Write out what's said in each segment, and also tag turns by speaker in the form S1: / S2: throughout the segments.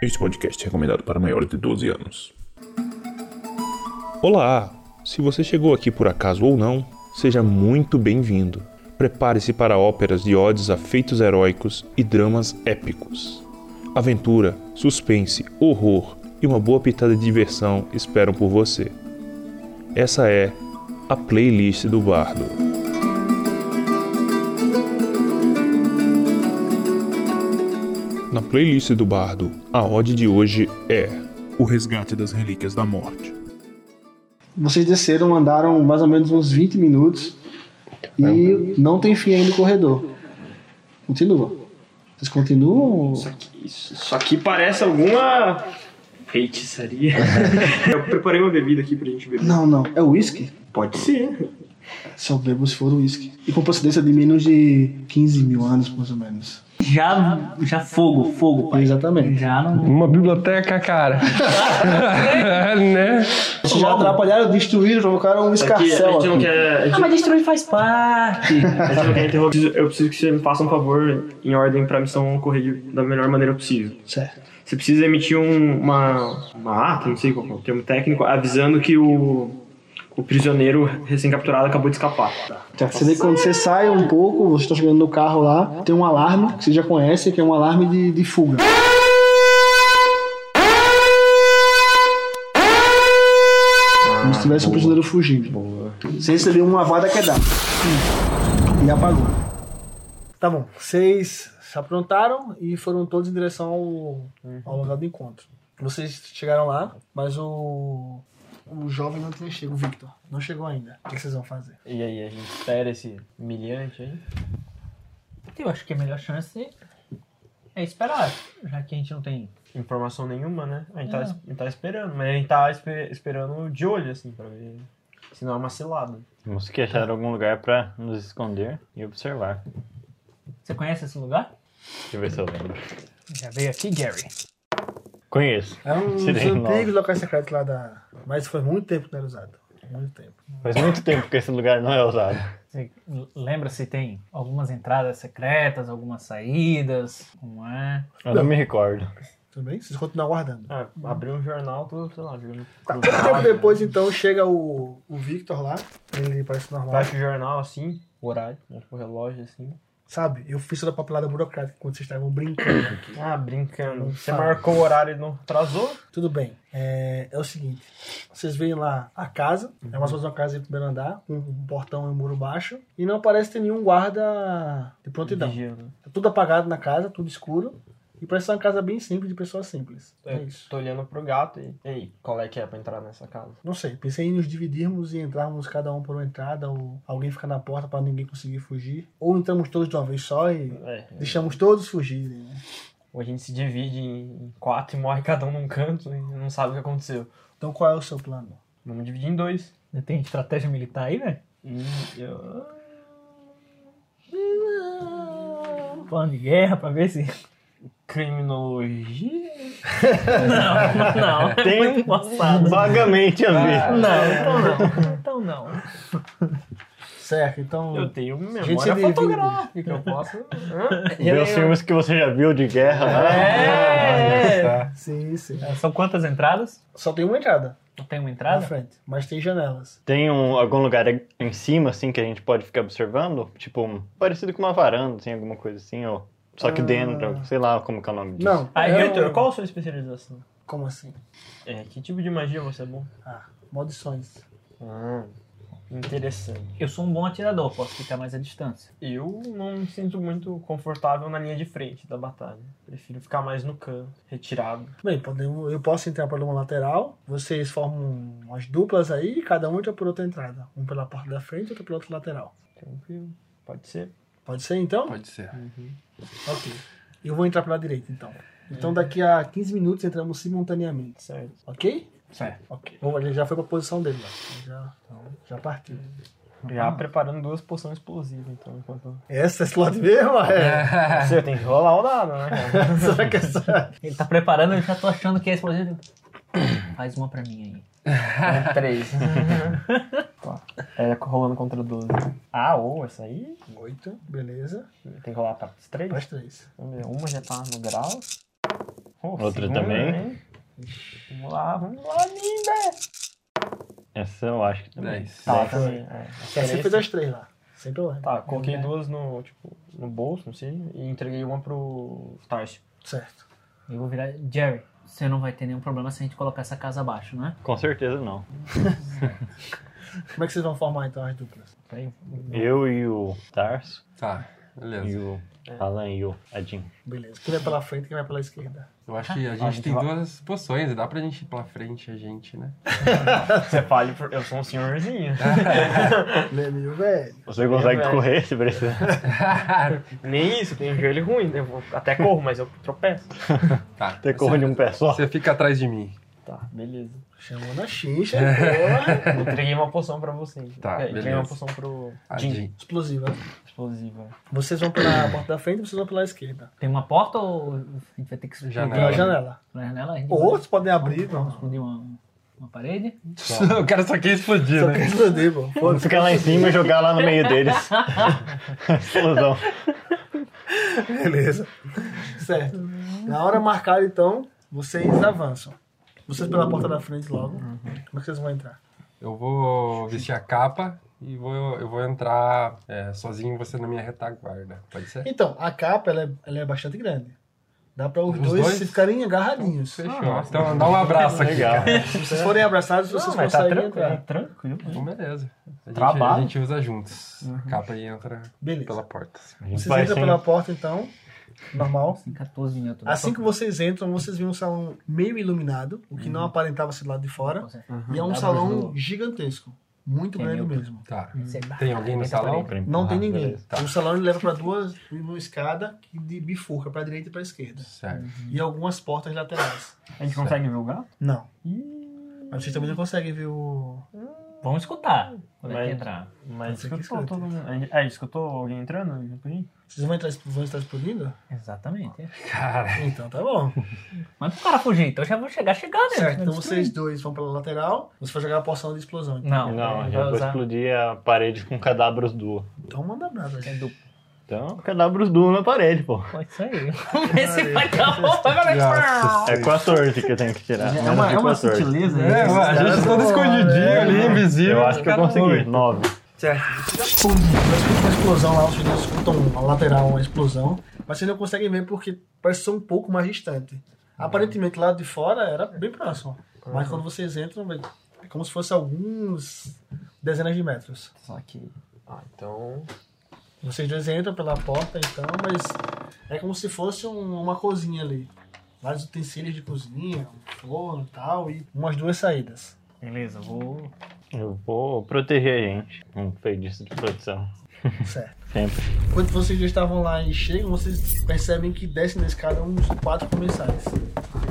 S1: Este podcast é recomendado para maiores de 12 anos. Olá! Se você chegou aqui por acaso ou não, seja muito bem-vindo. Prepare-se para óperas de odes a feitos heróicos e dramas épicos. Aventura, suspense, horror e uma boa pitada de diversão esperam por você. Essa é a playlist do Bardo. Na playlist do Bardo, a ode de hoje é O Resgate das Relíquias da Morte.
S2: Vocês desceram, andaram mais ou menos uns 20 minutos e não tem fim ainda no corredor. Continua. Vocês continuam?
S3: Isso aqui, isso, isso aqui parece alguma feitiçaria. Eu preparei uma bebida aqui pra gente beber.
S2: Não, não. É uísque?
S3: Pode ser.
S2: Só bebo se for uísque. E com procedência de menos de 15 mil anos, mais ou menos.
S4: Já, já fogo, fogo, pai.
S2: Exatamente.
S4: Já não.
S5: Uma biblioteca, cara. né?
S2: Vocês já atrapalharam, destruíram, provocaram um
S3: Aqui, a
S2: escarcel
S3: gente não
S2: aqui.
S3: quer. A
S4: Ah,
S3: gente,
S4: mas destruir faz parte.
S3: a gente não quer interromper. Eu preciso- Eu preciso que você me faça um favor em ordem pra missão correr da melhor maneira possível.
S2: Certo.
S3: Você precisa emitir um- uma, uma ata, não sei qual que é o termo técnico, avisando que o, o prisioneiro recém-capturado acabou de escapar.
S2: Tá, Você vê que quando você sai um pouco, vocês estão chegando no carro lá, tem um alarme que vocês já conhecem, que é um alarme de, de fuga. Como se tivesse um prisioneiro fugindo. Você recebeu uma vada que é dada. Hum. E apagou. Tá bom. Vocês se aprontaram e foram todos em direção ao, ao lugar do encontro. Vocês chegaram lá, mas o. O jovem não tinha chego, o Victor. Não chegou ainda. O que vocês vão fazer?
S6: E aí, a gente espera esse humilhante aí?
S4: Eu acho que a melhor chance é esperar, já que a gente não tem.
S6: Informação nenhuma, né? A gente,
S4: É.
S6: tá, es- a gente tá esperando, mas a gente tá espe- esperando de olho, assim, pra ver se não é uma cilada.
S7: Temos que achar algum lugar pra nos esconder e observar.
S4: Você conhece esse lugar?
S7: Deixa eu ver se eu lembro.
S4: Já veio aqui, Gary.
S7: Conheço.
S2: É um dos
S7: Tirei logo.
S2: antigos locais secretos lá da. Mas foi muito tempo que não era usado. Muito tempo.
S7: Faz muito tempo que esse lugar não é usado.
S4: Você lembra se tem algumas entradas secretas, algumas saídas? Como é?
S7: Eu não me recordo.
S2: Tudo bem? Vocês continuam aguardando.
S6: Ah, abrir um jornal, tô, sei lá, um jogando
S2: Tá. Pouco tempo depois, então, chega o, o Victor lá. Ele parece normal.
S6: Fecha o jornal, assim, o horário, né, o relógio, assim.
S2: Sabe? Eu fiz toda a papelada burocrática quando vocês estavam brincando aqui.
S6: Ah, brincando. Você
S2: sabe.
S6: marcou o horário e não atrasou?
S2: Tudo bem. É, é o seguinte: vocês veem lá a casa, é uma uma casa de primeiro andar, com um portão e um muro baixo, e não parece ter nenhum guarda de prontidão.
S6: Vigiando.
S2: Tá tudo apagado na casa, tudo escuro, e parece ser uma casa bem simples, de pessoas simples. É
S6: Eu
S2: isso.
S6: tô olhando pro gato e... Ei, qual é que é pra entrar nessa casa?
S2: Não sei, pensei em nos dividirmos e entrarmos cada um por uma entrada, ou alguém ficar na porta para ninguém conseguir fugir, ou entramos todos de uma vez só e
S6: É,
S2: deixamos todos fugirem, né?
S6: ou a gente se divide em quatro e morre cada um num canto e não sabe o que aconteceu.
S2: Então qual é o seu plano?
S6: Vamos dividir em dois.
S4: Ainda tem estratégia militar aí, né?
S6: Hum, eu-
S4: Um plano de guerra pra ver se.
S6: Criminologia?
S4: Não, não. Tem muito embaçado.
S7: Vagamente a ver.
S4: Não, então não. Então não.
S2: Certo, então.
S6: Eu tenho
S2: gente se
S6: memória
S2: divide.
S6: fotográfica, eu posso.
S5: Ah,
S6: Hã?
S7: Ver os filmes que você já viu de guerra.
S4: É.
S7: Né?
S2: Sim, sim.
S4: São quantas entradas?
S2: Só tem uma entrada
S4: Não tem uma
S2: na
S4: entrada?
S2: frente, mas tem janelas.
S7: Tem um, algum lugar em cima, assim, que a gente pode ficar observando? Tipo, um- parecido com uma varanda, assim, alguma coisa assim, ou... Só que
S2: Ah.
S7: dentro, sei lá como que é o nome disso.
S2: Não.
S6: Aí,
S2: é um-
S6: Vitor, Ah, qual a sua especialização?
S2: Como assim?
S6: É, que tipo de magia você é bom?
S2: Ah, maldições.
S6: Ah, interessante.
S4: Eu sou um bom atirador, posso ficar mais à distância.
S6: Eu não me sinto muito confortável na linha de frente da batalha. Prefiro ficar mais no canto, retirado.
S2: Bem, podemos, eu posso entrar por uma lateral, vocês formam umas duplas aí e cada um entra por outra entrada. Um pela parte da frente, outro pela outra lateral.
S6: Tranquilo. Pode ser?
S2: Pode ser então?
S8: Pode ser.
S2: Ok. Eu vou entrar pela direita então. Então daqui a 15 minutos entramos simultaneamente,
S6: Certo.
S2: ok?
S4: Certo.
S2: Ok. Bom, ele já foi pra posição dele lá. Ele Já, então, já partiu.
S6: Já preparando duas poções explosivas, então. Enquanto...
S2: Essa é slot mesmo? É.
S6: Você tem que rolar o dado, né, cara?
S2: Será que é essa.
S4: Ele tá preparando, eu já tô achando que é explosivo. Faz uma pra mim aí.
S6: É, Três. Quatro. É, rolando contra 12. Ah, ou essa aí?
S2: Oito, beleza.
S6: Tem que rolar pra três?
S2: Mais três.
S6: Vamos ver, Uma já tá no grau. Pô,
S7: Outra
S6: segura,
S7: também.
S6: né? Vamos lá, vamos lá, linda.
S7: Essa eu acho que também.
S6: Tá,
S7: Dez.
S6: também. É. Acho que
S2: Tá
S6: era
S2: sempre
S6: esse.
S2: das três lá. Sempre lá.
S6: Tá, coloquei duas no, tipo, no bolso, não sei, e entreguei uma pro Tarcio.
S2: Certo.
S4: Eu vou virar. Jerry, você não vai ter nenhum problema se a gente colocar essa casa abaixo, né?
S7: Com certeza não.
S2: Como é que vocês vão formar então as duplas?
S7: Eu e o Tarso
S5: Tá,
S7: e
S5: beleza.
S7: o Alan e o Adin.
S2: Beleza. Quem vai pela frente, quem vai pela esquerda?
S5: Eu acho
S7: Ah,
S5: que a gente tem duas posições, dá pra gente ir pra frente, a gente, né?
S6: Você fale, por- eu sou um senhorzinho.
S2: Lê meu velho.
S7: Você consegue
S6: velho.
S7: correr se precisar.
S6: Nem isso, tenho um joelho ruim, né? eu vou- até corro, mas eu tropeço.
S5: Tá.
S7: Você corre de um pé só.
S5: Você fica atrás de mim.
S6: Tá, beleza.
S2: Chamou na xincha, porra.
S6: Entreguei uma poção pra você.
S5: Tá,
S6: É, Entreguei
S5: beleza.
S6: uma poção pro Jin.
S5: Adin.
S2: Explosiva.
S6: Explosiva.
S2: Vocês vão pela porta da frente e vocês vão pela esquerda.
S4: Tem uma porta ou a gente vai ter que subir
S5: Janela.
S8: É.
S2: Pela
S5: Não.
S2: janela.
S4: pela janela? A gente
S2: Ou
S4: vai
S2: vocês podem abrir,
S4: vamos
S2: não.
S4: esconder uma, uma parede?
S5: o cara só quer explodir,
S2: Só
S5: né?
S2: quer explodir, pô. Foda-se.
S7: Ficar lá em cima e jogar lá no meio deles. Explosão.
S2: Beleza. Certo. Na hora marcada, então, vocês avançam. Vocês pela porta da frente logo. Como é que vocês vão entrar?
S5: Eu vou vestir a capa e vou, eu vou entrar é, sozinho você na minha retaguarda. Pode ser?
S2: Então, a capa, ela é, ela é bastante grande. Dá pra os,
S5: Os
S2: dois,
S5: dois?
S2: se ficarem agarradinhos.
S5: Fechou. então dá um abraço aqui,
S7: Legal.
S5: cara.
S2: Se vocês forem abraçados, vocês
S6: mas tá
S2: conseguem
S6: tranquilo.
S2: entrar.
S6: tranquilo.
S5: Então, beleza. A gente,
S6: Trabalho.
S5: a gente usa juntos.
S7: Uhum.
S5: Capa e entra
S2: Beleza.
S5: pela porta. assim.
S7: A gente
S2: Vocês
S7: vai
S2: entram
S7: sem
S2: pela porta, então. Normal.
S4: Tem 14 minutos. Dá
S2: Assim que
S4: pra-
S2: vocês entram, vocês veem um salão meio iluminado, o que não aparentava ser do lado de fora.
S4: Consegue.
S2: E é um
S4: Dá pra
S2: salão
S4: ajudar.
S2: gigantesco. Muito
S4: Tem
S2: grande
S4: meu-
S2: mesmo.
S5: Tá.
S7: Uhum.
S4: Você dá.
S5: Tem alguém no
S4: Eita,
S5: salão?
S4: peraí.
S2: Não tem
S7: Ah,
S2: ninguém.
S7: beleza.
S5: Tá.
S2: O salão ele leva para duas, uma escada que de bifurca para direita e para esquerda
S5: Certo.
S2: e algumas portas laterais.
S6: A gente consegue ver o gato?
S2: Não. Mas vocês também não conseguem ver o.
S4: Vamos escutar quando é que
S6: Mas-
S4: entrar.
S6: Mas
S2: Você que
S6: escutou
S2: escuta.
S6: todo mundo. É, escutou alguém entrando junto com a gente?
S2: Vocês vão entrar, vão estar explodindo?
S4: Exatamente.
S5: Cara,
S2: Então tá bom.
S4: Mas pro cara fugir, então eu já vou chegar chegando. né?
S2: Certo. Então
S4: Destruir.
S2: vocês dois vão pela lateral. Você vai jogar a porção de explosão. então.
S4: Não,
S7: Não, a
S4: eu
S7: gente
S4: vou
S7: vai
S4: usar-
S7: explodir a parede com cadáveros duo.
S2: Então manda brasa. gente.
S7: Então, cadáveros duo na parede, pô.
S4: Pô, isso aí. Vamos ver se vai dar né? bom pra galera.
S7: É 14 que eu tenho que tirar.
S6: É uma, é uma
S7: Menos de 14.
S6: sutileza.
S5: é,
S6: isso.
S5: a gente todo escondidinho ali, invisível.
S7: É. Eu acho que eu consegui. 9.
S2: Pum! Vocês escutam uma explosão lá. Os meninos escutam a lateral uma explosão, mas vocês não conseguem ver porque parece ser um pouco mais distante. Aparentemente lá de fora era bem próximo. Mas quando vocês entram, vai- é como se fosse alguns dezenas de metros.
S6: Só que. Ah, então.
S2: Vocês dois entram pela porta, então, mas é como se fosse um- uma cozinha ali. Vários utensílios de cozinha, um forno e tal, e umas duas saídas.
S4: Beleza, eu vou.
S7: Eu vou proteger a gente. Um feitiço de proteção.
S2: Certo.
S7: Sempre.
S2: Quando vocês já estavam lá e chegam, vocês percebem que descem da escada uns quatro comensais.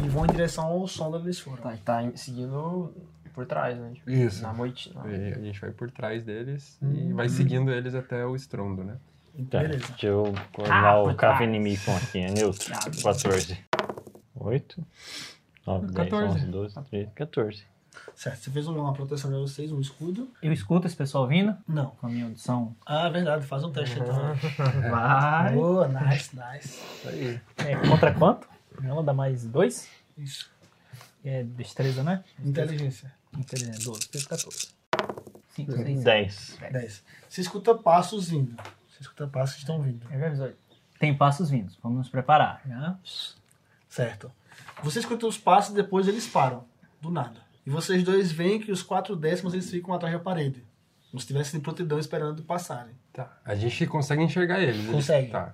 S2: E vão em direção ao som onde eles foram.
S6: Tá, e tá seguindo por trás, né? Tipo,
S5: Isso.
S6: Na noite. na-
S5: Tá. E a gente vai por trás deles e vai seguindo eles até o estrondo, né?
S7: Tá.
S2: Beleza.
S7: Deixa eu colocar
S4: por
S7: o
S4: trás.
S7: cabo inimigo aqui. É neutro. 14. 8. 9, 10,
S5: 14.
S7: 11, 12, 13, 14.
S2: Certo, você fez uma proteção pra vocês, um escudo?
S4: Eu escuto esse pessoal vindo
S2: Não.
S4: com a minha audição.
S2: Ah, verdade, faz um teste então.
S4: Vai.
S2: Boa, nice, nice.
S5: Isso aí.
S4: É, contra quanto? Ela dá mais dois.
S2: Isso.
S4: É destreza, né? é
S2: Inteligência.
S4: Inteligência, 12, 13, 14. 5, 6, 7.
S7: 10.
S2: 10. Você escuta passos vindo. Você escuta passos que estão vindo.
S4: É 18. Tem passos vindos, vamos nos preparar. Já.
S2: Certo. Você escuta os passos e depois eles param. Do nada. E vocês dois veem que os quatro décimos eles ficam atrás da parede. Como se estivessem em prontidão esperando passarem.
S5: Tá. A gente consegue enxergar eles. eles-
S2: Consegue.
S5: Tá.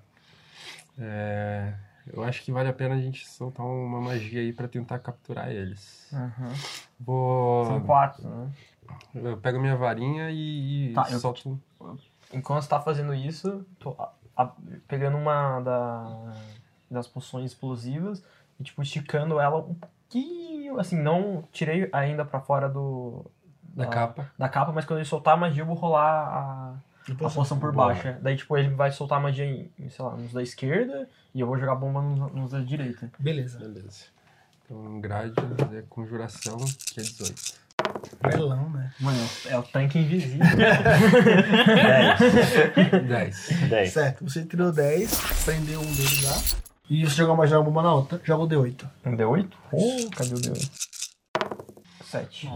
S5: É, eu acho que vale a pena a gente soltar uma magia aí pra tentar capturar eles.
S6: Aham.
S5: Vou.
S6: São quatro, né?
S5: Eu pego minha varinha e, e
S6: Tá, eu-
S5: solto. um-
S6: Enquanto você tá fazendo isso, tô a- a- pegando uma da- das poções explosivas e, tipo, esticando ela um pouquinho. Assim, não tirei ainda pra fora do.
S5: Da
S6: Ah.
S5: capa.
S6: Da capa, mas quando ele soltar a magia, eu vou rolar a, a poção por baixo. é. Daí, tipo, ele vai soltar a magia em, em, sei lá, nos da esquerda e eu vou jogar a bomba nos, nos da direita.
S2: Beleza.
S5: Beleza. Então, grade é conjuração, que é 18.
S2: Pelão, né?
S6: Mano, é o tanque invisível.
S7: 10. 10.
S5: 10.
S4: É.
S2: Certo. Você tirou 10, prendeu um deles lá. E se jogar uma joga uma na outra, joga o D8.
S6: Um D8? Oh, cadê o D8? 7.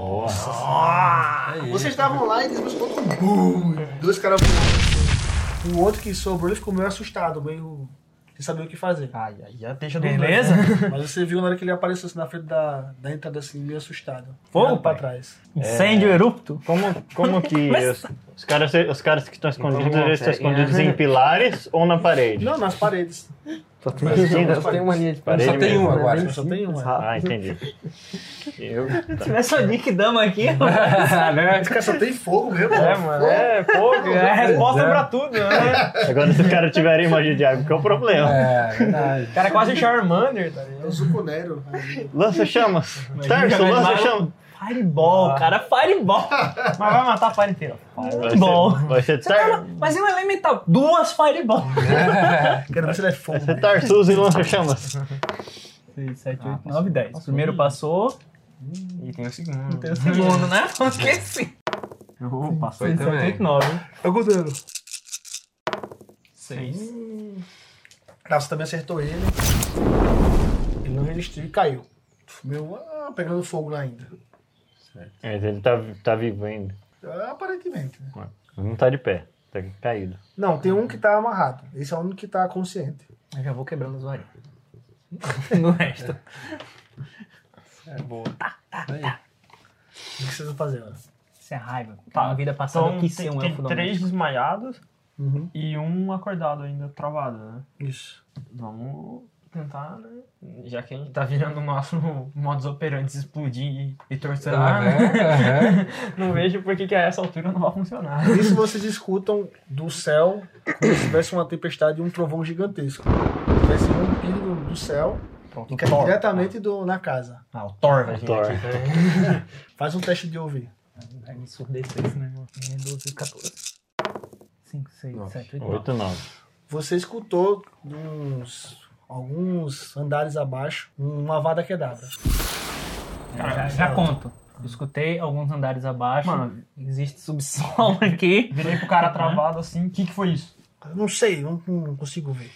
S5: É
S2: Vocês estavam lá e eles botam bum, dois caras voando. O outro que sobrou ele ficou meio assustado, meio. sem saber o que fazer.
S4: Ah.
S6: Ai, ai, já deixa um do
S4: Beleza?
S2: Mas você viu na hora que ele apareceu assim, na frente da, da entrada, assim, meio assustado.
S4: Fogo,
S2: Olhando pra
S4: pai.
S2: trás.
S6: É.
S4: Incêndio erupto.
S7: Como, como que os, os caras, os caras que estão escondidos,
S6: Então,
S7: eles estão
S6: é,
S7: escondidos em pilares ou na parede?
S2: Não, nas paredes.
S6: Só tem, um. só tem uma linha de né?
S7: Parede
S5: Só tem
S7: mesmo.
S5: um agora.
S2: Só tem uma.
S7: Ah, entendi. Eu,
S4: Se tivesse o Nick Dama aqui, eu-
S5: Né?
S2: Esse cara só tem fogo mesmo.
S6: É, mano, é pouco. É a resposta
S5: É.
S6: pra tudo, né?
S7: agora se os caras tiverem magia de água, que é o problema?
S5: É, verdade.
S6: O cara é quase Charmander, tá
S2: É
S6: ligado?
S2: o Zuconero.
S7: Lança chamas. Tarso, lança
S6: mas-
S7: chamas.
S4: Fireball, cara, Fireball.
S6: Mas vai matar a para inteira.
S7: Vai
S4: Muito
S7: ser-
S4: bom.
S7: Vai ser
S4: Você tá-
S7: Tarso.
S4: Mas é um elemental. Duas Fireball.
S2: Quero ver se ele é fogo.
S7: Vai ser Tarsus e lança chamas.
S4: 6, 7, 8, 9, 10. Primeiro Ah, passou.
S6: E tem o segundo.
S4: Tem o segundo, né? Não esqueci. Uhum,
S6: Oh, passou.
S4: então.
S5: Foi também.
S4: 9.
S2: É o Godano.
S4: 6.
S2: Ah, você também acertou ele. Ele não resistiu e caiu. Meu, ah, pegando fogo lá ainda.
S7: Mas ele tá, tá vivo ainda.
S2: Ah, Aparentemente, né?
S7: Não tá de pé. Tá caído.
S2: Não, tem um que tá amarrado. Esse é o único que tá consciente.
S4: Eu já vou quebrando os varinhos. No resto.
S2: O que vocês vão fazer agora?
S4: Isso é raiva. Tá, na vida passada
S6: Então,
S4: eu quis ser um
S6: tem,
S4: elfo
S6: tem
S4: da
S6: três desmaiados
S2: Uhum.
S6: e um acordado ainda, travado, né?
S2: Isso.
S6: Vamos tentar, né? Já que a gente tá virando o nosso modus operandi explodir e, e
S5: Ah,
S6: torturar, né?
S5: Aham, aham.
S6: Não vejo por que que a essa altura não vai funcionar.
S2: Isso vocês escutam do céu como se tivesse uma tempestade e um trovão gigantesco. Tivesse um pino do céu e cai diretamente do, na casa.
S6: Ah, o Thor vai vir
S7: Thor.
S6: aqui.
S2: Faz um teste de ouvir.
S4: Vai me surdecer
S6: né?
S4: esse negócio. 12, 14. 5, 6, 7, 8, 9.
S7: Oito, nove.
S2: Você escutou de uns alguns andares abaixo uma vada quebrada.
S4: Já, já conto. Eu escutei alguns andares abaixo.
S6: é Mano.
S4: existe subsolo aqui.
S6: Virei pro
S4: Né?
S6: cara travado assim, o que que foi isso?
S2: Não sei, não, não consigo ver.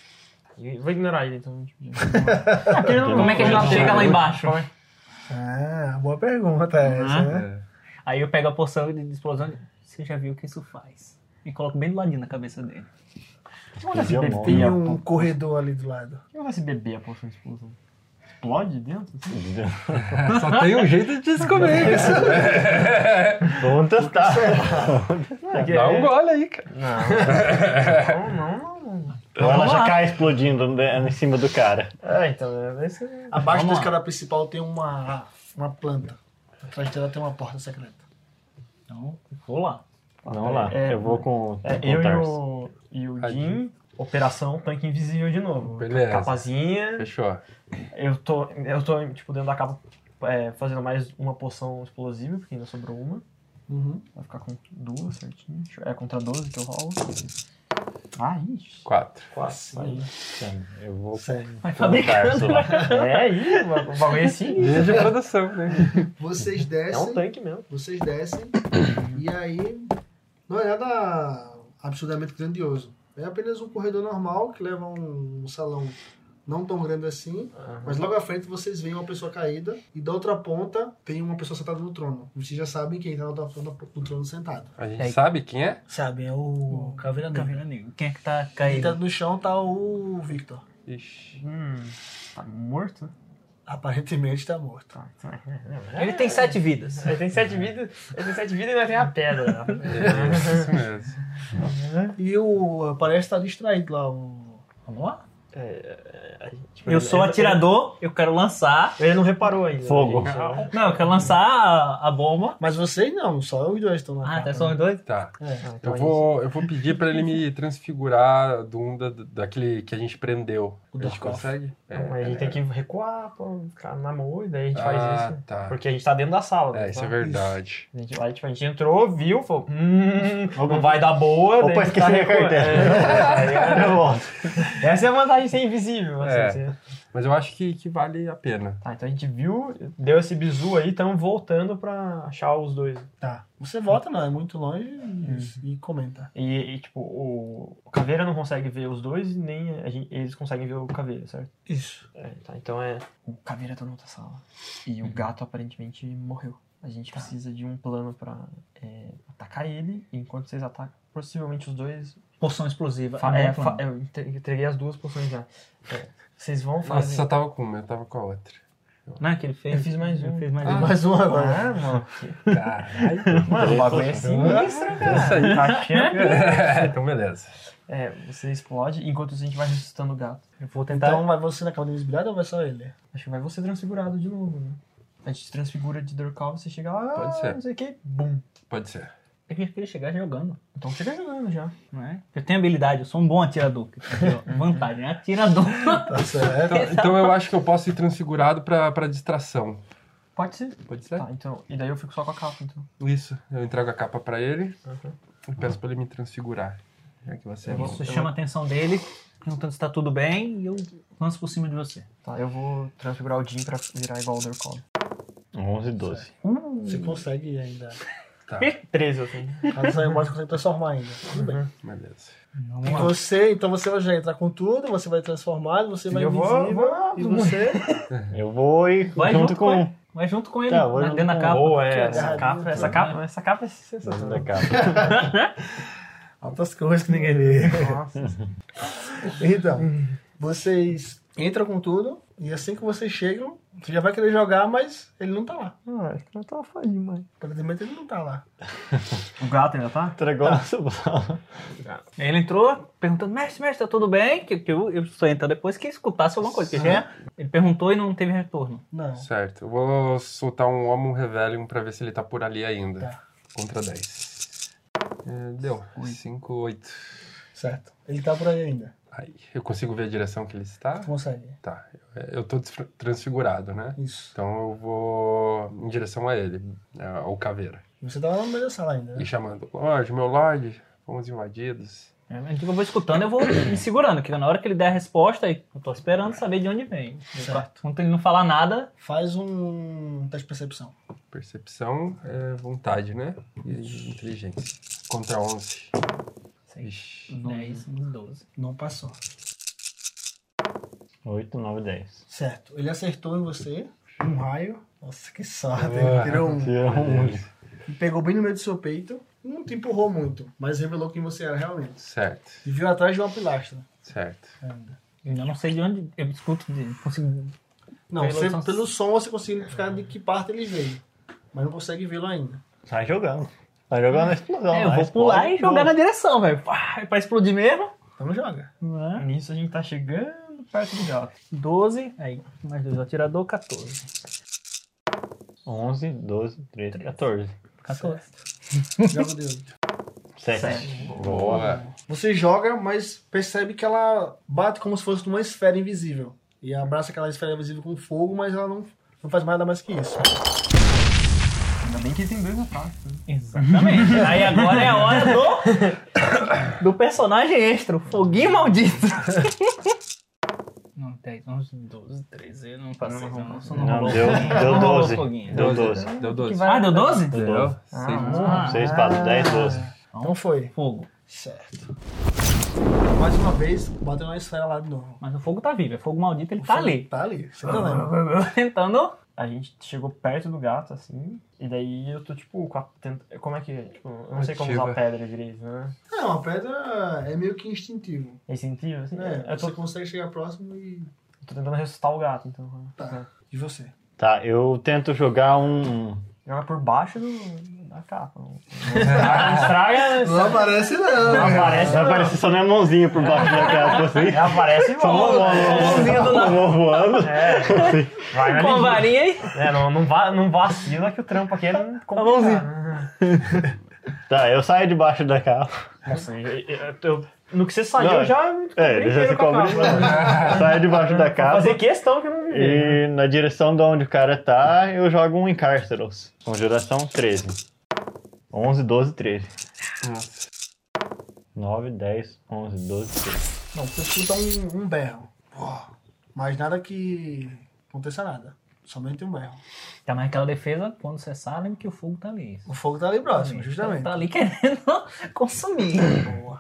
S6: Eu vou ignorar ele, então. tipo, um
S4: Como é que a gente chega lá embaixo?
S2: Ah, boa pergunta essa, né?
S4: Aí eu pego a porção de explosão. e- Você já viu o que isso faz? E coloco bem do ladinho na cabeça dele.
S6: Olha se
S7: Dia
S6: bebê,
S2: Tem
S6: a
S2: um
S6: po-
S2: corredor ali do lado.
S6: olha se bebê a poção de explosão. Explode dentro? assim?
S5: Só tem um jeito de descobrir isso.
S7: Vamos testar.
S5: Dá
S6: é.
S5: um gole aí, cara.
S6: Não, não, não.
S7: Ou ela
S4: Vamos
S7: já
S4: lá.
S7: cai explodindo né, em cima do cara.
S6: É, então, é esse.
S2: Abaixo da escada principal tem uma, uma planta. Atrás dela tem uma porta secreta.
S4: Então, vou lá.
S7: Vamos lá.
S6: É,
S7: eu vou com,
S6: É,
S7: com
S6: eu e
S7: Tarso.
S6: o, e o
S5: Ah,
S6: Jim, Operação Tanque Invisível de novo.
S5: Beleza.
S6: Capazinha.
S5: Fechou.
S6: Eu tô, eu tô tipo, dentro da capa é, fazendo mais uma poção explosiva, porque ainda sobrou uma.
S2: Uhum.
S6: Vai ficar com duas certinho. Deixa eu- É contra 12 que eu rolo. Ah, isso.
S5: Quatro.
S6: Aí.
S7: Eu vou
S2: Sério.
S4: Vai
S7: com o Tarso
S4: fabricando.
S7: lá.
S4: né?
S6: É isso, o bagulho é assim.
S5: Linha de produção, né?
S2: Vocês
S6: É
S2: descem,
S6: um tanque mesmo.
S2: vocês descem, e aí não é nada absurdamente grandioso. É apenas um corredor normal que leva a um salão não tão grande assim, mas logo à frente vocês veem uma pessoa caída e da outra ponta tem uma pessoa sentada no trono. Vocês já sabem quem está na outra ponta do trono sentado.
S5: A gente
S4: É.
S5: sabe quem é?
S2: Sabem, é o Caveira
S4: Caveira Negra. Quem é que tá
S2: Deitado
S4: caído?
S2: no chão tá o Victor.
S5: Ixi.
S6: Hum, tá morto?
S2: Aparentemente tá morto.
S6: Tá, tá.
S4: Ele tem sete vidas.
S6: Ele tem sete vidas, ele tem sete vidas e ainda tem a pedra. né?
S5: É isso mesmo.
S2: E o. Parece estar distraído lá. O...
S4: Vamos lá?
S6: Tipo,
S4: Eu
S6: ele-
S4: sou
S6: ele-
S4: atirador, eu quero lançar.
S6: é, Ele não reparou ainda. né,
S7: Fogo.
S4: Não, eu quero lançar a, a bomba.
S2: Mas vocês não, só os dois estão lá.
S4: Ah, tá só os dois?
S5: Tá.
S6: Então
S5: Eu
S6: é
S5: vou, eu vou pedir pra ele me transfigurar do um da, daquele que a gente prendeu.
S2: O
S5: a gente
S2: Dorkoff.
S5: consegue? É,
S6: Então, aí a gente tem que recuar, pô, ficar na mão e daí a gente
S5: Ah,
S6: faz isso.
S5: tá.
S6: Porque a gente tá dentro da sala.
S5: É, isso é verdade.
S6: A gente, vai, tipo, a gente entrou, viu, falou, hum, não vai dar boa. daí
S7: Opa,
S6: a gente tá
S7: esqueci minha
S6: recuando.
S7: carteira.
S6: É, aí,
S7: Eu volto.
S6: essa é a vantagem de ser invisível. assim,
S5: É.
S6: você-
S5: Mas eu acho que, que vale a pena.
S6: Tá, então a gente viu, deu esse bizu aí, estamos voltando pra achar os dois.
S2: Tá. Você
S6: Hum.
S2: volta, não, é muito longe e, e comenta.
S6: E, e, tipo, o, o Caveira não consegue ver os dois, nem a gente- eles conseguem ver o Caveira, certo?
S2: Isso.
S6: É, tá, então é. O Caveira tá na outra sala. E o gato aparentemente morreu. A gente precisa de um plano pra é, atacar ele, e enquanto vocês atacam, possivelmente os dois.
S4: Poção explosiva.
S6: Fa-
S4: é,
S6: é,
S4: um bom
S6: fa-
S4: plano.
S6: eu entre- entreguei as duas poções já. É, vocês vão
S5: Nossa,
S6: fazer.
S5: só tava com uma, eu tava com a outra.
S4: Não é que ele fez?
S6: Eu fiz mais um.
S4: Ele fez mais
S5: Ah,
S4: um.
S2: Mais um agora.
S6: Ah, mano.
S5: Caralho.
S6: Mano, o bagulho é sinistro, cara. Tá achando?
S5: então, beleza.
S6: É, você explode enquanto a gente vai ressuscitando o gato.
S4: Eu vou tentar.
S6: Tá.
S2: Então vai você na cadeira desbrilhada ou vai só ele?
S6: Acho que vai você transfigurado de novo, né? A gente transfigura de Dorcal, você chega lá, "Ah,
S5: Pode ser.
S6: não sei o que, bum.
S5: Pode ser.
S4: Eu queria que ele chegasse jogando.
S6: Então chega jogando já.
S4: Não é? Eu tenho habilidade, eu sou um bom atirador. que tem Vantagem, é atirador.
S2: Tá certo.
S5: Então, então eu acho que eu posso ir transfigurado pra, pra distração.
S6: Pode ser.
S5: Pode ser?
S6: Tá, então. E daí eu fico só com a capa, então.
S5: Isso. Eu entrego a capa pra ele e peço pra ele me transfigurar. Já que você é bom.
S4: Você chama a atenção dele, perguntando se tá tudo bem, e eu lanço por cima de você.
S6: Tá, eu vou transfigurar o Jim pra virar igual o Dorcal.
S7: 11, 12.
S2: Você consegue ainda.
S6: 13, assim.
S2: Caso saia mais, você consegue transformar ainda. Tudo bem.
S5: Beleza.
S4: Vamos
S2: E
S6: Uhum.
S4: lá.
S2: você, então você vai já entrar com tudo, você vai transformar, você vai
S6: eu vou-
S2: invisível.
S6: vou-
S2: E você.
S7: Eu vou e
S4: Vai
S7: junto, com.
S4: ele. Vai junto com ele,
S7: Tá, vou
S4: na,
S7: junto
S4: dentro da
S7: com-
S4: capa.
S6: Boa, é. Essa
S2: Caralho.
S6: capa, essa capa, essa capa é sensacional.
S7: Da capa.
S2: Altas coisas que ninguém vê.
S6: Nossa. Hum.
S2: Então, vocês entram com tudo, e assim que vocês chegam, você já vai querer jogar, mas ele não tá lá.
S6: Ah, acho que eu tava falindo, mano.
S2: Aparentemente ele não tá lá.
S4: O gato ainda tá?
S7: Entregou a nossa sala.
S4: Ele entrou perguntando, mestre, mestre, tá tudo bem? Que, que eu, eu só ia entrar depois que escutasse alguma coisa. Que já, é- ele perguntou e não teve retorno.
S2: Não.
S5: Certo. Eu vou soltar um Homo Revelium pra ver se ele tá por ali ainda.
S2: Tá.
S5: Contra 10. É, deu. 5, 8.
S2: Certo. Ele tá por aí ainda.
S5: Aí. Eu consigo ver a direção que ele está?
S2: Consegue.
S5: Tá. Eu tô desfra- transfigurado, né?
S2: Isso.
S5: Então eu vou em direção a ele, a- ao caveira.
S2: Você tá lá no meio da sala ainda.
S5: E
S2: Né?
S5: chamando, Lorde, meu Lorde, fomos invadidos.
S4: É, à medida que Eu vou escutando, eu vou me segurando, que na hora que ele der a resposta, aí eu tô esperando saber de onde vem.
S2: Certo.
S4: Enquanto ele não falar nada,
S2: Faz um teste de percepção.
S5: Percepção é vontade, né? E inteligência. Contra 11. Ixi.
S4: 10, 12.
S2: Não passou.
S7: 8, 9, 10.
S2: Certo. Ele acertou em você. Um raio. Nossa, que sorte.
S5: Ah.
S2: Ele tirou um.
S7: Tirou um olho.
S2: E pegou bem no meio do seu peito. Não te empurrou muito, mas revelou quem você era realmente.
S5: Certo,
S2: E viu atrás de uma pilastra.
S5: certo.
S4: Eu ainda não sei de onde eu escuto, de, consigo
S2: Não,
S4: Pelo
S2: você-
S4: som-
S2: pelo som você consegue identificar de que parte ele veio. Mas não consegue vê-lo ainda.
S7: Sai jogando. Sai jogando na explosão.
S4: É, eu
S7: lá,
S4: vou pular
S7: explode,
S4: e jogar na
S7: pô.
S4: direção, velho. Pá, é Pra explodir mesmo. né?
S2: Então joga.
S6: Nisso a gente tá chegando perto do gato.
S4: 12, aí, mais dois, atirador, 14.
S7: 11, 12, 13, 14.
S4: 14.
S2: Joga o dedo.
S7: 7.
S5: Boa.
S2: Você joga, mas percebe que ela bate como se fosse numa esfera invisível. E abraça aquela esfera invisível com fogo, mas ela não, não faz nada mais que isso.
S6: Ainda bem que ele tem dois ataques.
S4: Exatamente. aí agora é a hora do. do personagem extra, o foguinho maldito. Não, 10, 11, 12, 13, eu não passei, não, não, não,
S7: Não,
S4: rolou
S7: deu,
S4: o foguinho,
S7: deu
S4: não rolou o
S7: 12.
S4: foguinho.
S7: Deu 12.
S5: Deu 12.
S4: Ah, deu 12?
S7: Deu
S5: Deu
S7: 12.
S5: seis mais quatro.
S7: 6,
S4: Ah.
S7: 4, 10, 12.
S2: Então foi.
S4: Fogo.
S2: Certo. Mais uma vez, bateu na esfera lá de novo.
S4: Mas o fogo tá vivo, é fogo maldito, ele tá ali.
S2: Tá ali. Você não lembra.
S4: Tentando.
S6: A gente chegou perto do gato, assim, e daí eu tô, tipo, com a... tenta- Como é que é? Tipo, eu não sei como
S5: Ativa.
S6: usar pedra direito, né?
S2: É, uma pedra é meio que instintivo.
S6: É incentivo, assim.
S2: É,
S6: eu tô,
S2: Você consegue chegar próximo e.
S6: tô tentando ressuscitar o gato, então. né?
S2: Tá. E você?
S7: Tá, eu tento jogar um.
S6: Joga É por baixo do... da capa. Não estraga, né? não estraga,
S2: Não aparece, não.
S6: não aparece,
S7: Vai aparecer só minha mãozinha por baixo da capa assim.
S6: não aparece e
S7: Só uma
S6: volta.
S7: mão, uma mão, uma mão voando.
S6: Vai na
S4: Com a
S6: ligeira.
S4: varinha aí.
S6: É, não, não, va não vacila que o trampo aqui é
S2: Tá
S6: complicado.
S7: Tá, eu saio debaixo da capa.
S6: Nossa, eu, assim, eu- eu- no que você saiu,
S7: Não,
S6: eu já...
S7: É, ele já se cobre. Saio debaixo da
S6: Pra
S7: capa.
S6: fazer questão que eu não vi.
S7: E na direção de onde o cara tá, eu jogo um Incarceros. Conjuração 13. 11, 12, 13.
S5: Nossa.
S7: 9, 10, 11, 12, 13.
S2: Não, você escuta um, um berro. Mas nada que aconteça nada. Somente um berro.
S4: Tá mais aquela defesa quando você sabe que o fogo tá ali.
S2: O fogo tá ali próximo, justamente.
S4: Tá ali querendo consumir.
S2: Boa.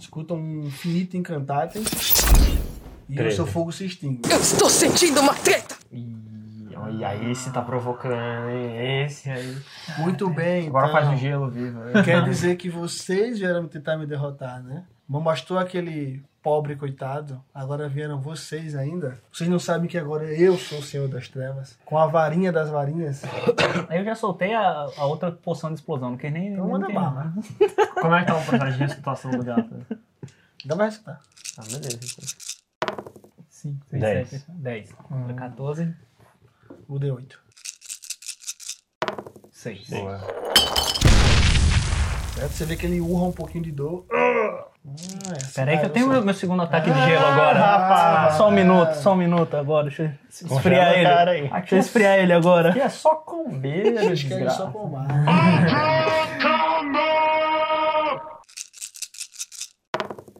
S2: Escuta um infinito encantado e o seu fogo se extingue.
S8: Eu estou sentindo uma treta!
S6: Ih, olha, esse tá provocando, hein? Esse aí.
S2: Muito bem,
S6: Agora
S2: então.
S6: faz o gelo vivo. né?
S2: Quer dizer que vocês vieram tentar me derrotar, né? Não bastou aquele pobre coitado, agora vieram vocês ainda. Vocês não sabem que agora eu sou o Senhor das Trevas, com a varinha das varinhas.
S4: Aí eu já soltei a, a outra poção de explosão, não quis nem.
S2: Então
S4: nem
S2: manda
S4: queria.
S2: bala.
S6: Como é que tá o processo de reputação do gato?
S2: Ainda vai escutar.
S6: Ah, beleza.
S4: 5, 6,
S7: Dez.
S4: 7, 10. 14,
S2: O D8.
S4: 6.
S5: Boa.
S2: Certo? Você vê que ele urra um pouquinho de dor. Ah, essa
S4: Peraí que eu
S2: cara,
S4: tenho
S2: sou-
S4: meu, meu segundo ataque de gelo agora. Só um minuto, só um minuto agora. Deixa eu esfriar
S7: Congela o
S4: ele.
S7: cara aí.
S4: Deixa eu esfriar ele agora.
S6: E é só combeiro,
S2: Acho que é só
S6: desgraça.
S2: combate.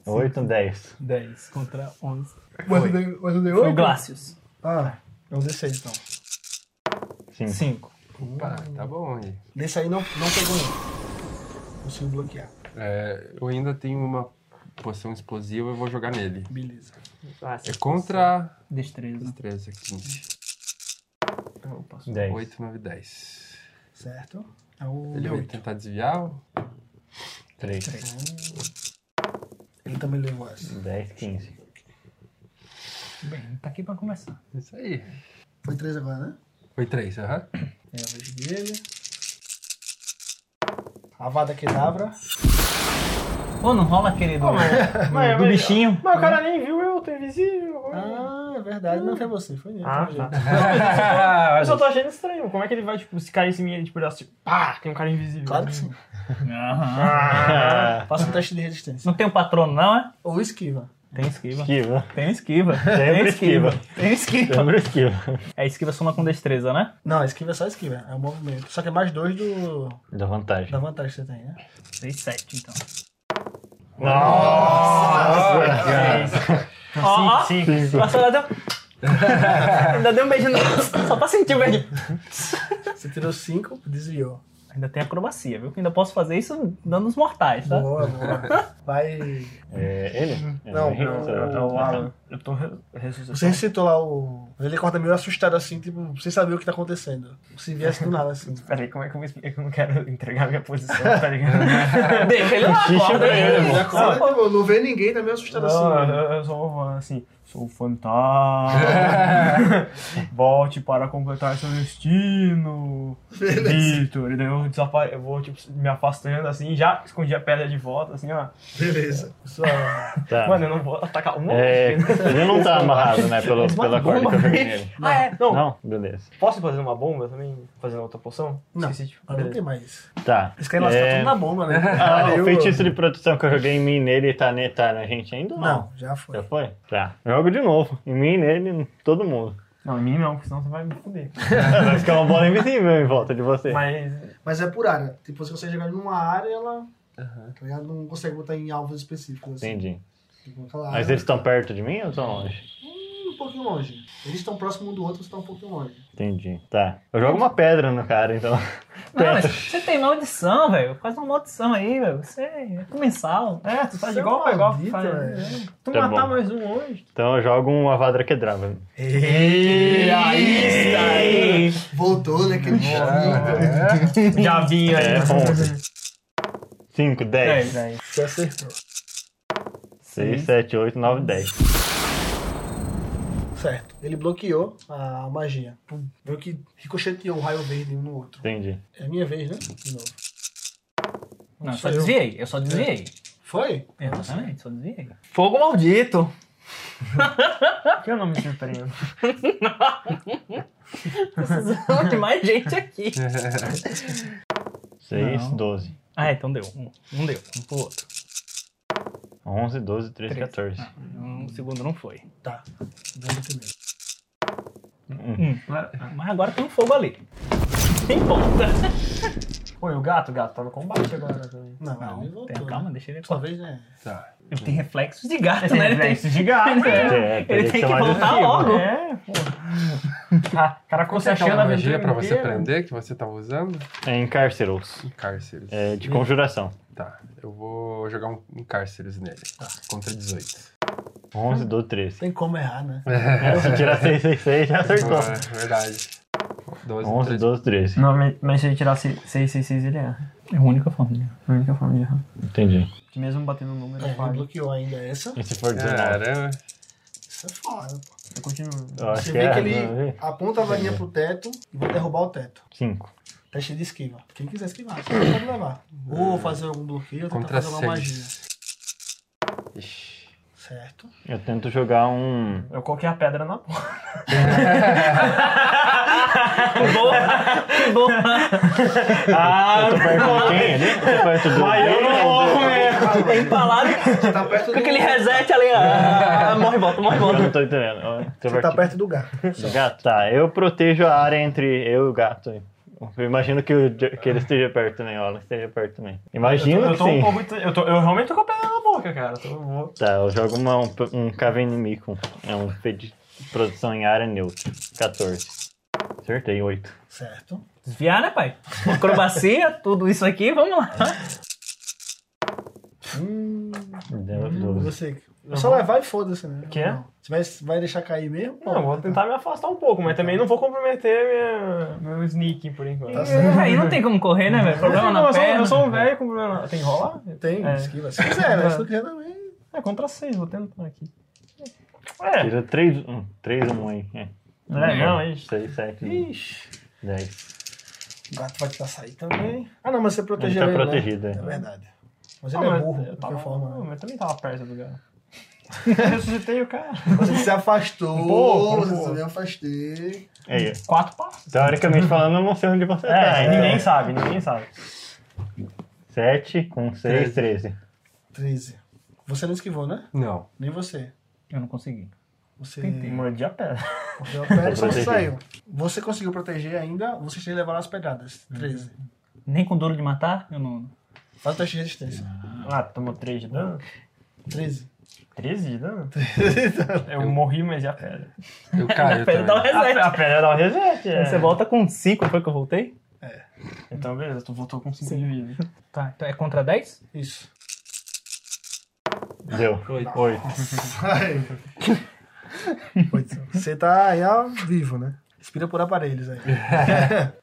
S7: Oito, dez.
S4: 10 contra 11.
S2: Mas o D- mas o
S4: Foi o
S2: D8?
S4: Glacius.
S2: Ah, é o D6 então.
S7: Sim.
S4: 5.
S5: Opa, tá bom aí.
S2: Desse aí não, não pegou não. Consigo bloquear.
S5: É, eu ainda tenho uma poção explosiva, eu vou jogar nele.
S2: Beleza.
S5: É contra
S4: Destreza.
S5: 13, 15,
S7: Dez.
S5: 8, 9, 10.
S2: Certo? É o
S5: Ele vai
S2: D8.
S5: tentar desviar?
S7: Três.
S2: Ele também levou essa.
S7: Dez, quinze.
S4: Bem, tá aqui pra começar.
S5: Isso aí.
S2: Foi 3 agora, né?
S5: Foi 3, aham.
S2: É a vez dele. Avada Kedavra.
S4: Pô, não é. rola aquele do,
S6: mas- é
S4: do bichinho.
S6: Mas o cara nem viu eu, tô invisível.
S2: Ah, é verdade, não foi você, foi nele.
S6: Ah,
S2: foi
S6: tá.
S2: nele.
S6: Eu só tô achando estranho. Como é que ele vai, tipo, se cair em mim, ele, tipo, ele assim, pá, tem um cara invisível.
S2: Claro que sim.
S4: Aham.
S7: Ah,
S2: Faça um teste de resistência.
S4: Não tem um patrono, não, é?
S2: Ou esquiva.
S4: Tem esquiva.
S7: esquiva.
S4: Tem esquiva. Tem
S7: Sempre
S4: esquiva.
S7: esquiva.
S4: Tem esquiva.
S7: Lembra esquiva.
S4: É, esquiva soma com destreza, né?
S2: Não, esquiva é só esquiva, é o movimento. Só que é mais dois do,
S7: Dá vantagem.
S2: da vantagem que você tem, né?
S4: 6, 7, então. Ó, ó.
S7: Nossa! Cinco, cinco.
S4: Nossa, ela deu... Ainda deu um beijinho no... Só pra sentir o beijinho.
S2: Você tirou cinco, desviou.
S4: Ainda tem acrobacia, viu? Que ainda posso fazer isso dando os mortais, tá?
S2: Boa, boa. Vai.
S7: É ele? É
S2: Não,
S7: o Henrique? Tá.
S2: não,
S7: Será?
S6: É o Alan. Eu tô re-
S7: Tá
S6: ressuscitando.
S2: Você recitou lá o. Ele é acorda meio assustado assim, tipo, sem saber o que tá acontecendo. Se viesse do nada assim.
S6: Peraí, como é que eu vou explicar que eu não quero entregar minha posição, tá ligado?
S4: Deixa ele lá, acorda
S7: É,
S4: ele.
S2: É, Ele acorda,
S4: Só-
S2: tipo, não vê ninguém, tá meio assustado assim.
S6: Não, eu, eu só vou falando assim, sou fantasma, volte para completar seu destino, Victor. E daí eu, desapa- eu vou tipo, me afastando assim, já escondi a pedra de volta, assim, ó.
S2: Beleza. Só...
S7: Tá.
S6: Mano, eu não vou atacar um.
S7: É, ele não tá amarrado, né? Pelo, pela corda que eu peguei nele.
S6: Ah, é? Não.
S7: Não? Beleza.
S6: Posso fazer uma bomba também? Fazendo outra poção?
S2: Não.
S6: Esqueci, tipo,
S2: Agora não
S6: beleza.
S2: tem mais.
S7: Tá.
S2: Esse cara é... tá
S7: É,
S2: tudo na bomba, né?
S7: ah,
S2: Cara,
S7: o
S2: eu-
S7: feitiço de proteção que eu joguei em mim e nele tá, ne, tá na gente ainda? ou
S2: Não, já foi.
S7: Já foi? Tá. Jogo de novo. Em mim, nele, em todo mundo.
S6: Não, em mim não, porque senão você vai me fuder.
S7: Vai ficar uma bola invisível em volta de você.
S6: Mas
S2: Mas é por área. Tipo, se você jogar numa área, ela. Tá ligado? Não consegue botar em alvos específicos. Assim.
S7: Entendi.
S2: Tipo, aquela
S7: Mas
S2: área,
S7: eles estão perto de mim ou estão longe?
S2: Um pouquinho longe. Eles estão próximo um do outro, você tá um pouquinho longe.
S7: Entendi. Tá. Eu jogo uma pedra no cara, então.
S4: Não, mas você tem maldição, velho. Faz uma maldição aí, velho. Você é comensal.
S6: É, tu faz
S2: Você é
S6: igual
S2: um
S6: pra igual.
S2: maldito,
S6: faz- né?
S2: velho.
S6: Tu
S7: Tá
S6: matar
S7: bom.
S6: mais um hoje.
S7: Então eu jogo uma Vadra Quedrava.
S6: E aí está
S2: Voltou, né? Aquele chão.
S6: aí. Já vinha aí.
S7: É, 11. 5, 10,
S4: velho.
S2: Você acertou.
S7: 6, 7, 8, 9, 10.
S2: Certo. Ele bloqueou a magia. Pum. Viu que ricocheteou o raio verde um no outro.
S7: Entendi.
S2: É minha vez, né? De novo.
S4: Não, eu só
S2: Sou eu.
S4: desviei. Eu só desviei.
S2: Foi?
S4: É. Exatamente, só desviei.
S6: Fogo maldito. que eu não me surpreendo.
S4: Precisamos de mais gente aqui.
S7: 6,
S4: Não.
S7: 12.
S4: Ah, então deu. Um, um deu. Um pro outro.
S7: 11, 12, 13,
S4: Três.
S7: 14.
S4: Um segundo não foi.
S2: Tá. Dando primeiro.
S4: Hum. Mas agora tem um fogo ali. Não importa.
S6: Pô, e o gato? O gato tá no
S4: um
S6: combate agora também.
S2: Não, ele
S4: Não,
S2: voltou. né?
S4: tem, calma, deixa ele.
S2: Sua vez, né?
S5: Tá.
S4: Ele tem reflexos de gato,
S6: Tem
S4: né? Ele
S6: reflexos de gato,
S4: ele,
S7: é. É, teria
S4: ele
S7: que
S4: tem que
S7: ser mais
S4: voltar
S7: antigo,
S4: logo. É.
S6: É, pô. Ah, o cara
S5: Você
S6: consertando
S5: aquela
S6: a
S5: magia
S6: aventura
S5: pra você
S6: inteira.
S5: prender que você tá usando?
S7: É em cárceros.
S5: Cárceres.
S7: É de conjuração.
S5: Tá. Eu vou jogar um, um cárceres nele. Contra 18.
S7: 11, 12, 13.
S2: Tem como errar, né?
S7: É, se tirar 6, 6, 6, já acertou.
S5: É verdade. 12,
S7: 11, 12, 13.
S6: Não, mas se ele tirar 666, ele erra.
S4: É a única forma.
S6: É a única forma de errar.
S7: Entendi.
S6: Que mesmo batendo no número,
S2: É,
S6: é,
S2: não
S6: falha.
S2: bloqueou ainda essa.
S7: E se for 19?
S5: Caramba.
S2: Isso é foda, pô.
S6: Eu continuo.
S7: Eu acho
S2: Você
S7: que
S2: vê que
S7: é.
S2: ele aponta a varinha pro teto e vai derrubar o teto.
S7: 5.
S2: Teste de esquiva. Quem quiser esquivar, só pode levar. Ou fazer algum bloqueio, ou tentar
S5: Contra
S2: fazer uma
S5: seis.
S2: magia.
S5: Ixi.
S2: Certo.
S7: Eu tento jogar um.
S6: Eu coloquei a pedra na porta.
S4: Que bom.
S7: Eu tô perto de quem ali? Eu tô perto do.
S4: É empalado.
S2: Tá perto
S4: Com aquele reset ali. Ah, morre e volta, morre e
S7: Eu
S4: volta.
S7: não tô entendendo. Eu tô
S2: Você tá
S7: aqui.
S2: perto do gato.
S7: do gato? Tá, eu protejo a área entre eu e o gato. Eu imagino que, o Jo- que ele esteja perto também, ó. Ela esteja perto também. Imagino
S6: Eu
S7: que
S6: tô um
S7: sim.
S6: pouco. inte- Eu, tô, eu realmente tô com a pedra na boca, cara. Eu tô- eu vou-
S7: Tá, eu jogo uma, um, p- um Cavenimicum. É um P de produção em área neutra. 14. Acertei, 8.
S2: Certo.
S4: Desviar, né, pai? Acrobacia, tudo isso aqui, vamos lá.
S7: Deu
S2: E
S7: 12.
S2: Você. É Só levar e foda-se, né?
S6: Uhum. Que é?
S2: Não. Você vai, vai deixar cair mesmo?
S6: Não, eu vou tentar me afastar um pouco, mas também não vou comprometer minha, meu sneaking por enquanto.
S4: Aí não tem como correr, né, velho? Problema
S6: não,
S4: na
S6: eu, sou,
S4: perna.
S6: eu sou um velho com problema. na- Tem que rolar?
S2: Tem,
S6: É.
S2: esquiva. Se quiser, né? Se não quiser também.
S6: É contra 6, vou tentar aqui. É,
S7: Tira um. 3, 1. 3, 1 aí. É. um.
S6: é não, é isso.
S7: 6, 7,
S6: Ixi.
S7: 10.
S2: O gato vai tentar sair também. Ah, não, mas você protegeu
S7: tá
S2: ele. né?
S7: protegido, é.
S2: É verdade. Mas
S6: Ah,
S2: ele é
S6: mas
S2: burro,
S6: eu
S2: de
S6: tava,
S2: qualquer forma. né?
S6: mas eu também tava perto do cara. Eu ressuscitei o cara.
S2: Você se afastou.
S6: Pô, pô,
S2: Você
S6: pô.
S2: me afastei.
S7: É,
S6: Quatro passos.
S7: teoricamente falando, eu não sei onde você tá.
S6: É, ninguém sabe, ninguém sabe.
S7: 7 com 6, 13.
S2: 13. Você não esquivou, né?
S5: Não.
S2: Nem você.
S4: Eu não consegui.
S2: Você
S6: Mordi a pedra.
S2: correu a pedra e só
S7: Protegido.
S2: saiu. Você conseguiu proteger ainda, vocês têm que levar as pedradas. 13.
S4: Nem com duro de matar, eu não.
S2: Faz o teste de resistência.
S6: Ah, tomou 3 de dano?
S2: 13.
S6: 13 de dano? Eu morri, mas e a pedra?
S5: Eu caio
S4: Pera, dá um
S5: também.
S4: reset.
S6: A pedra dá o reset, é.
S4: Você volta com 5, foi que eu voltei?
S6: Então, beleza, tu voltou com 5 de vida.
S4: Tá, então é contra 10?
S2: Isso.
S7: Deu. 8.
S2: Ai. Você tá aí ao vivo, né? Respira por aparelhos aí.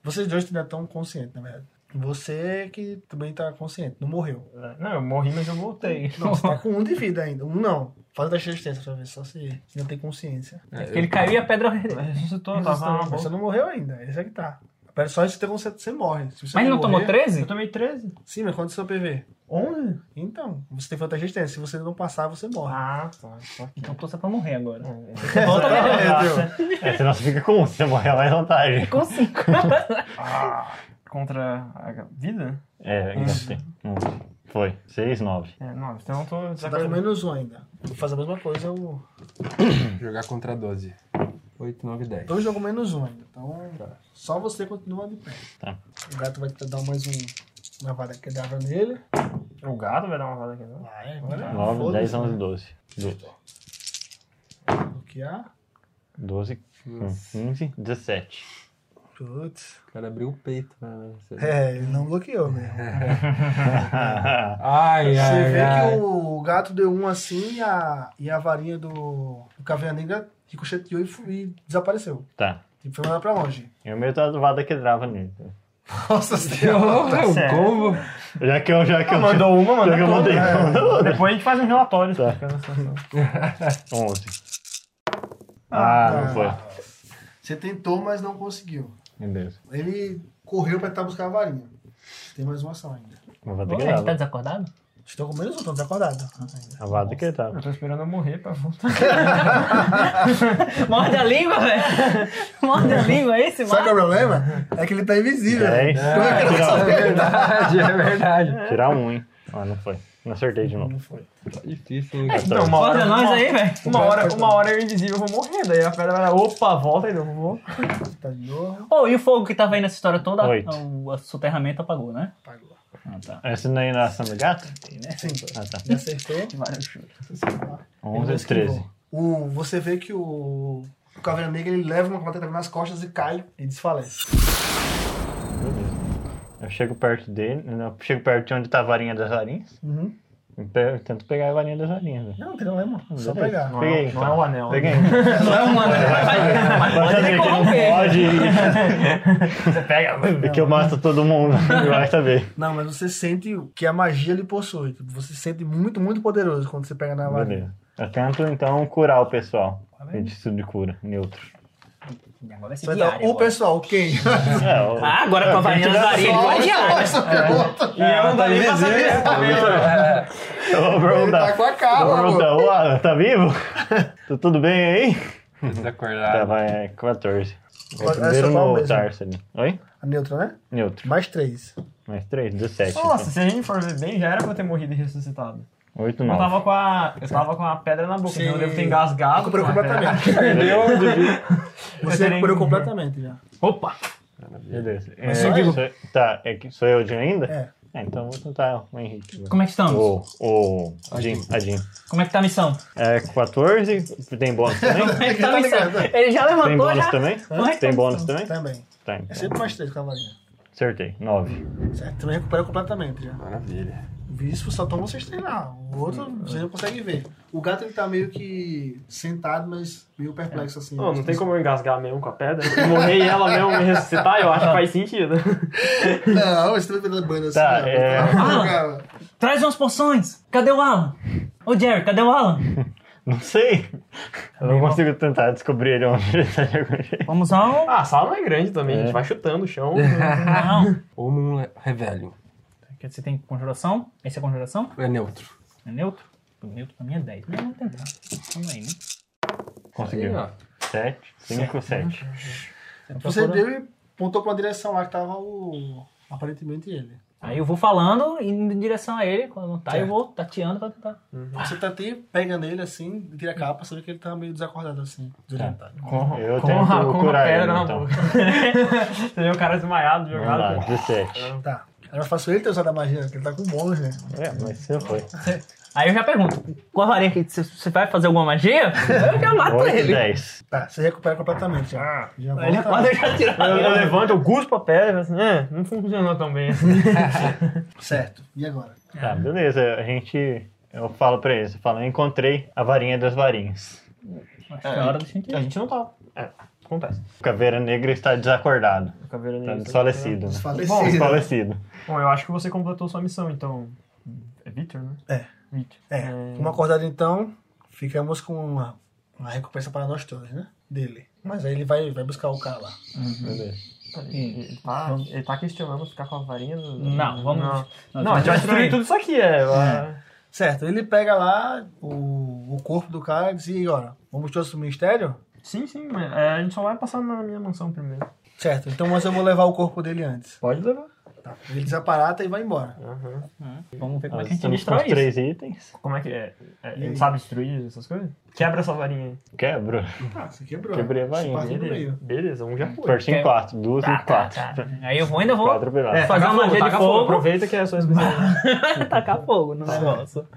S2: Vocês dois ainda estão conscientes, é na verdade. Você que também tá consciente, não morreu.
S6: Não, eu morri, mas eu voltei.
S2: Não, você tá com um de vida ainda. Um não. Faz o teste de resistência pra ver só se se não tem consciência.
S5: É,
S4: Ele caiu e a pedra.
S6: Ressuscitou, tava na
S2: Mas você
S6: boca.
S2: não morreu ainda, esse é que tá. Pera só se tem consciência, você morre. Se você
S4: Mas ele não tomou
S2: morrer-
S4: 13?
S6: Eu tomei 13.
S2: Sim, mas quanto é o seu PV?
S6: 11?
S2: Então, você tem fantasia de resistência. Se você não passar, você morre. tá
S6: Ah, tá. só que-
S4: Então torça pra morrer agora.
S6: É. Volta
S2: Exatamente.
S7: É, senão você fica com um, você morre lá em vantagem.
S4: Com 5.
S6: Ah, contra a vida?
S7: É, gastei. Um. Foi. 6, 9.
S6: É, não, então eu tô
S2: Você tá com menos um ainda. Faz a mesma coisa, o.
S5: Jogar contra 12. 8, 9, 10.
S2: Então jogou menos um ainda. Então só você continua de pé.
S7: Tá.
S2: O gato vai te dar mais um. Uma vara que dava nele.
S6: O gato vai dar uma roda aqui, não?
S2: Vai, agora.
S6: Ah,
S7: 9, 10,
S2: foda-se,
S7: 11,
S2: né?
S7: 12. Do-
S2: Bloquear.
S7: 12, um, 15, 17.
S2: Putz.
S5: O cara abriu o peito. né? Você-
S2: É, ele não bloqueou mesmo.
S7: Tá.
S5: Ai,
S2: Você
S5: ai,
S2: vê
S5: ai.
S2: que o gato deu um assim e a, e a varinha do, do Caveira Negra ricocheteou e, fu- e desapareceu.
S7: Tá.
S2: Tipo, foi mandar pra longe.
S7: Eu meio tava vada tá que drava nele.
S2: Nossa senhora.
S5: Porra,
S7: Tá
S5: um
S6: certo.
S5: combo.
S7: Já que eu. Já que eu
S6: Ah, Mandou Tá uma, mandou
S7: já que eu mandei.
S6: outra. Depois a gente faz um relatório.
S7: Tá.
S6: explicando essa tá. situação.
S7: 11. Ah, não foi.
S2: Você tentou, mas não conseguiu.
S7: Beleza.
S2: Ele correu pra tentar buscar a varinha. Tem mais uma ação ainda.
S7: Uma vada que
S4: Ele tá
S7: drava.
S4: desacordado?
S2: Estou com menos um, tô desacordado.
S7: A vada né? que
S6: Eu
S7: drava.
S6: tô esperando eu morrer pra voltar.
S4: Morde a língua, velho. Morde a língua, é esse,
S2: Sabe qual
S4: mano.
S2: é o problema? É que ele tá invisível.
S7: 10.
S2: Como é que ele vai
S5: É verdade, é verdade.
S7: Tirar um, hein? Ah, não foi. Não acertei de novo.
S6: Não foi.
S5: Tá difícil, hein,
S7: É
S5: cara?
S6: Não, Então, uma
S4: Foda
S6: hora,
S4: nós
S6: uma,
S4: aí, velho.
S6: uma hora, uma hora eu invisível vou morrer, daí a pedra vai lá, opa, volta aí, não vou.
S2: Tá de novo.
S4: Ô, e o fogo que tava aí nessa história toda?
S7: Oito.
S4: O, o soterramento apagou, né?
S2: Apagou.
S4: Ah, tá.
S7: Essa não é a ação do gato?
S2: Sim,
S7: Ah, tá.
S2: me acertou.
S4: Vários chutes.
S7: 11
S2: Ele
S7: e 13.
S2: esquivou. O, você vê que o, o Caveira Negra ele leva uma conta nas costas e cai e desfalece.
S7: Eu chego perto dele, eu chego perto de onde tá a varinha das varinhas.
S2: Uhum.
S7: Eu pe- eu tento pegar a varinha das varinhas. velho.
S2: Não, tem problema. Só
S7: Beleza.
S2: pegar.
S7: Peguei,
S6: Não,
S7: então.
S6: não é um anel.
S7: Peguei.
S4: Não é um ano, mas, mas pode
S7: Bastante que não
S4: decorrer.
S7: pode. Você pega. é que eu mato todo mundo. Vai saber.
S2: Não, mas você sente que a magia ele possui. Tipo, você se sente muito, muito poderoso quando você pega na varinha.
S7: Beleza. Eu tento então curar o pessoal. Feitiço de cura, neutro.
S4: Agora vai ser
S2: Você dá-
S4: diário.
S2: o pessoal, quem?
S7: É, o-
S2: Tá.
S4: Ah, agora com a varinha das varinhas, ele pode diário.
S6: E eu
S2: Tá
S6: não dá nem pra saber.
S7: né? eu vou perguntar.
S2: Tá com a cara,
S7: Vou
S2: amor.
S7: perguntar, "Uá, tá vivo? Tá tudo bem aí?
S5: Precisa
S7: Tá,
S5: acordar.
S7: vai, é 14. Vou
S2: Essa
S7: primeiro
S2: é só uma
S7: no
S2: mesmo.
S7: Tarso ali. Oi?
S2: A neutra, né?
S7: Neutro.
S2: Mais três.
S7: Mais 3, 17.
S6: Nossa, se a gente for ver bem, já era pra eu ter morrido e ressuscitado.
S7: 8,
S6: Eu
S7: 9.
S6: tava com a, eu tava com a pedra na boca,
S2: Sim.
S6: então eu devo ter engasgado.
S2: Recuperou
S6: com a pedra.
S2: completamente.
S6: Entendeu?
S2: Você recuperou completamente já.
S6: Opa!
S7: Beleza. É,
S2: só eu.
S7: sou- tá, é que sou eu de ainda?
S2: É.
S7: então eu vou tentar o Henrique. agora.
S4: Como é que estamos?
S7: O, o Jim, a Jim.
S4: Como é que tá a missão?
S7: É 14, tem bônus também?
S4: Como é que tá a
S2: Tá
S4: missão?
S2: ligado,
S4: Ele já
S7: Tem
S4: levantou,
S7: bônus
S4: já.
S7: também?
S4: Como é que
S7: Tem
S4: tá a
S7: bônus
S4: missão?
S7: também?
S2: Também.
S7: Tá,
S2: É
S7: então.
S2: sempre mais três com a varinha.
S7: Acertei, 9.
S2: Certo, também recuperou completamente já.
S5: Maravilha.
S2: O Vício só toma vocês treinar. O outro
S6: Hum,
S2: você
S6: é.
S2: não consegue ver. O gato ele tá meio que sentado, mas meio perplexo assim.
S6: Não, não tem como eu engasgar mesmo com a pedra. Eu Morrer e ela mesmo me ressuscitar, eu acho que faz sentido.
S2: Não, você tá pela banda assim.
S7: Tá,
S2: ó.
S7: é.
S2: Ah, cara.
S4: Traz umas poções. Cadê o Alan? Ô, Jerry, cadê o Alan?
S7: Não sei. Eu não consigo tentar descobrir ele onde ele tá de algum jeito.
S4: Vamos ao...
S6: Ah, a sala não é grande também, a gente vai chutando o chão.
S7: Ah.
S4: Não.
S5: Ou um revelio.
S4: Quer dizer, Você tem conjuração? Esse é conjuração?
S5: É neutro.
S4: É neutro? O neutro pra mim é 10. Mas vamos tentar. Vamos aí, né?
S7: Conseguiu.
S5: Aí, ó.
S7: 7, 5, 7.
S4: Tá
S2: Você deu e apontou pra uma direção lá que tava o. Aparentemente ele.
S4: Aí eu vou falando, indo em direção a ele. Quando não tá, eu vou tateando pra tentar.
S2: Você tá até pega nele assim, tira a capa, você vê que ele tá meio desacordado assim,
S6: Tá.
S2: desorientado.
S6: Com,
S7: Eu
S6: com,
S7: tento
S6: a, com a
S7: curar
S6: pedra
S7: ele,
S6: na
S7: então.
S6: boca. Você vê o cara desmaiado,
S7: Vamos lá,
S6: jogado.
S7: 17.
S2: Tá. Era fácil ele ter usado a magia, porque ele tá com bônus, né?
S7: É, mas você foi.
S4: Aí eu já pergunto. Com a varinha que você- você vai fazer alguma magia? Eu já mato
S7: 8,
S4: Ah, ele.
S7: 10.
S2: Tá, você recupera completamente. Já,
S6: Ah.
S2: já
S4: Aí ele
S2: volta.
S4: acorda e já tira a
S6: Eu, eu
S4: varinha.
S6: levanto, eu cuspo a pedra e falo assim, é, não funcionou tão bem assim.
S2: Certo. E agora?
S7: Tá, beleza. A gente. Eu falo pra eles, eu falo, eu encontrei a varinha das varinhas.
S4: Acho que é hora da gente
S6: A
S4: ir.
S6: gente não tá. É, acontece.
S7: O caveira negra está desacordado.
S6: A caveira
S7: Tá
S6: negra-
S7: desfalecido. Né?
S2: Desfalecido.
S7: Desfalecido.
S6: Bom, eu acho que você completou sua missão, então. É Victor, né?
S2: É.
S6: Victor.
S2: É, como acordado então, ficamos com uma, uma recompensa para nós todos, né? Dele. Mas aí ele vai, vai buscar o cara lá.
S7: Beleza.
S6: Ele, ele tá, ele tá questionando ficar com a varinha do...
S4: Não, vamos-
S6: Não,
S4: nós
S6: Não, a gente vai destruir tudo isso aqui, é. vai-
S2: Certo, ele pega lá o, o corpo do cara e diz, e agora, vamos todos pro ministério?
S6: Sim, sim, mas é, a gente só vai passar na minha mansão primeiro.
S2: Certo, então mas eu vou levar o corpo dele antes.
S6: Pode levar.
S2: Tá. Ele desaparata e vai embora.
S4: Vamos ver como é
S7: Nós
S4: que a gente
S7: estamos com
S4: destrói
S7: os
S4: isso.
S7: três itens.
S6: Como é que é? É,
S2: E aí?
S6: Ele sabe destruir essas coisas? Quebra essa varinha aí.
S7: Quebro.
S2: Ah, você quebrou.
S7: Quebrei a varinha,
S2: Parte no
S6: Beleza,
S2: meio.
S6: beleza, um já foi.
S7: Parti em quatro. Duas
S4: Tá,
S7: e
S4: tá,
S7: quatro.
S4: tá. é, Aí eu vou ainda vou
S7: Quatro pedaços.
S4: fazer
S6: É, taca
S4: uma magia de
S6: taca
S4: fogo.
S6: Aproveita que é a sua especialidade.
S4: tacar fogo no negócio.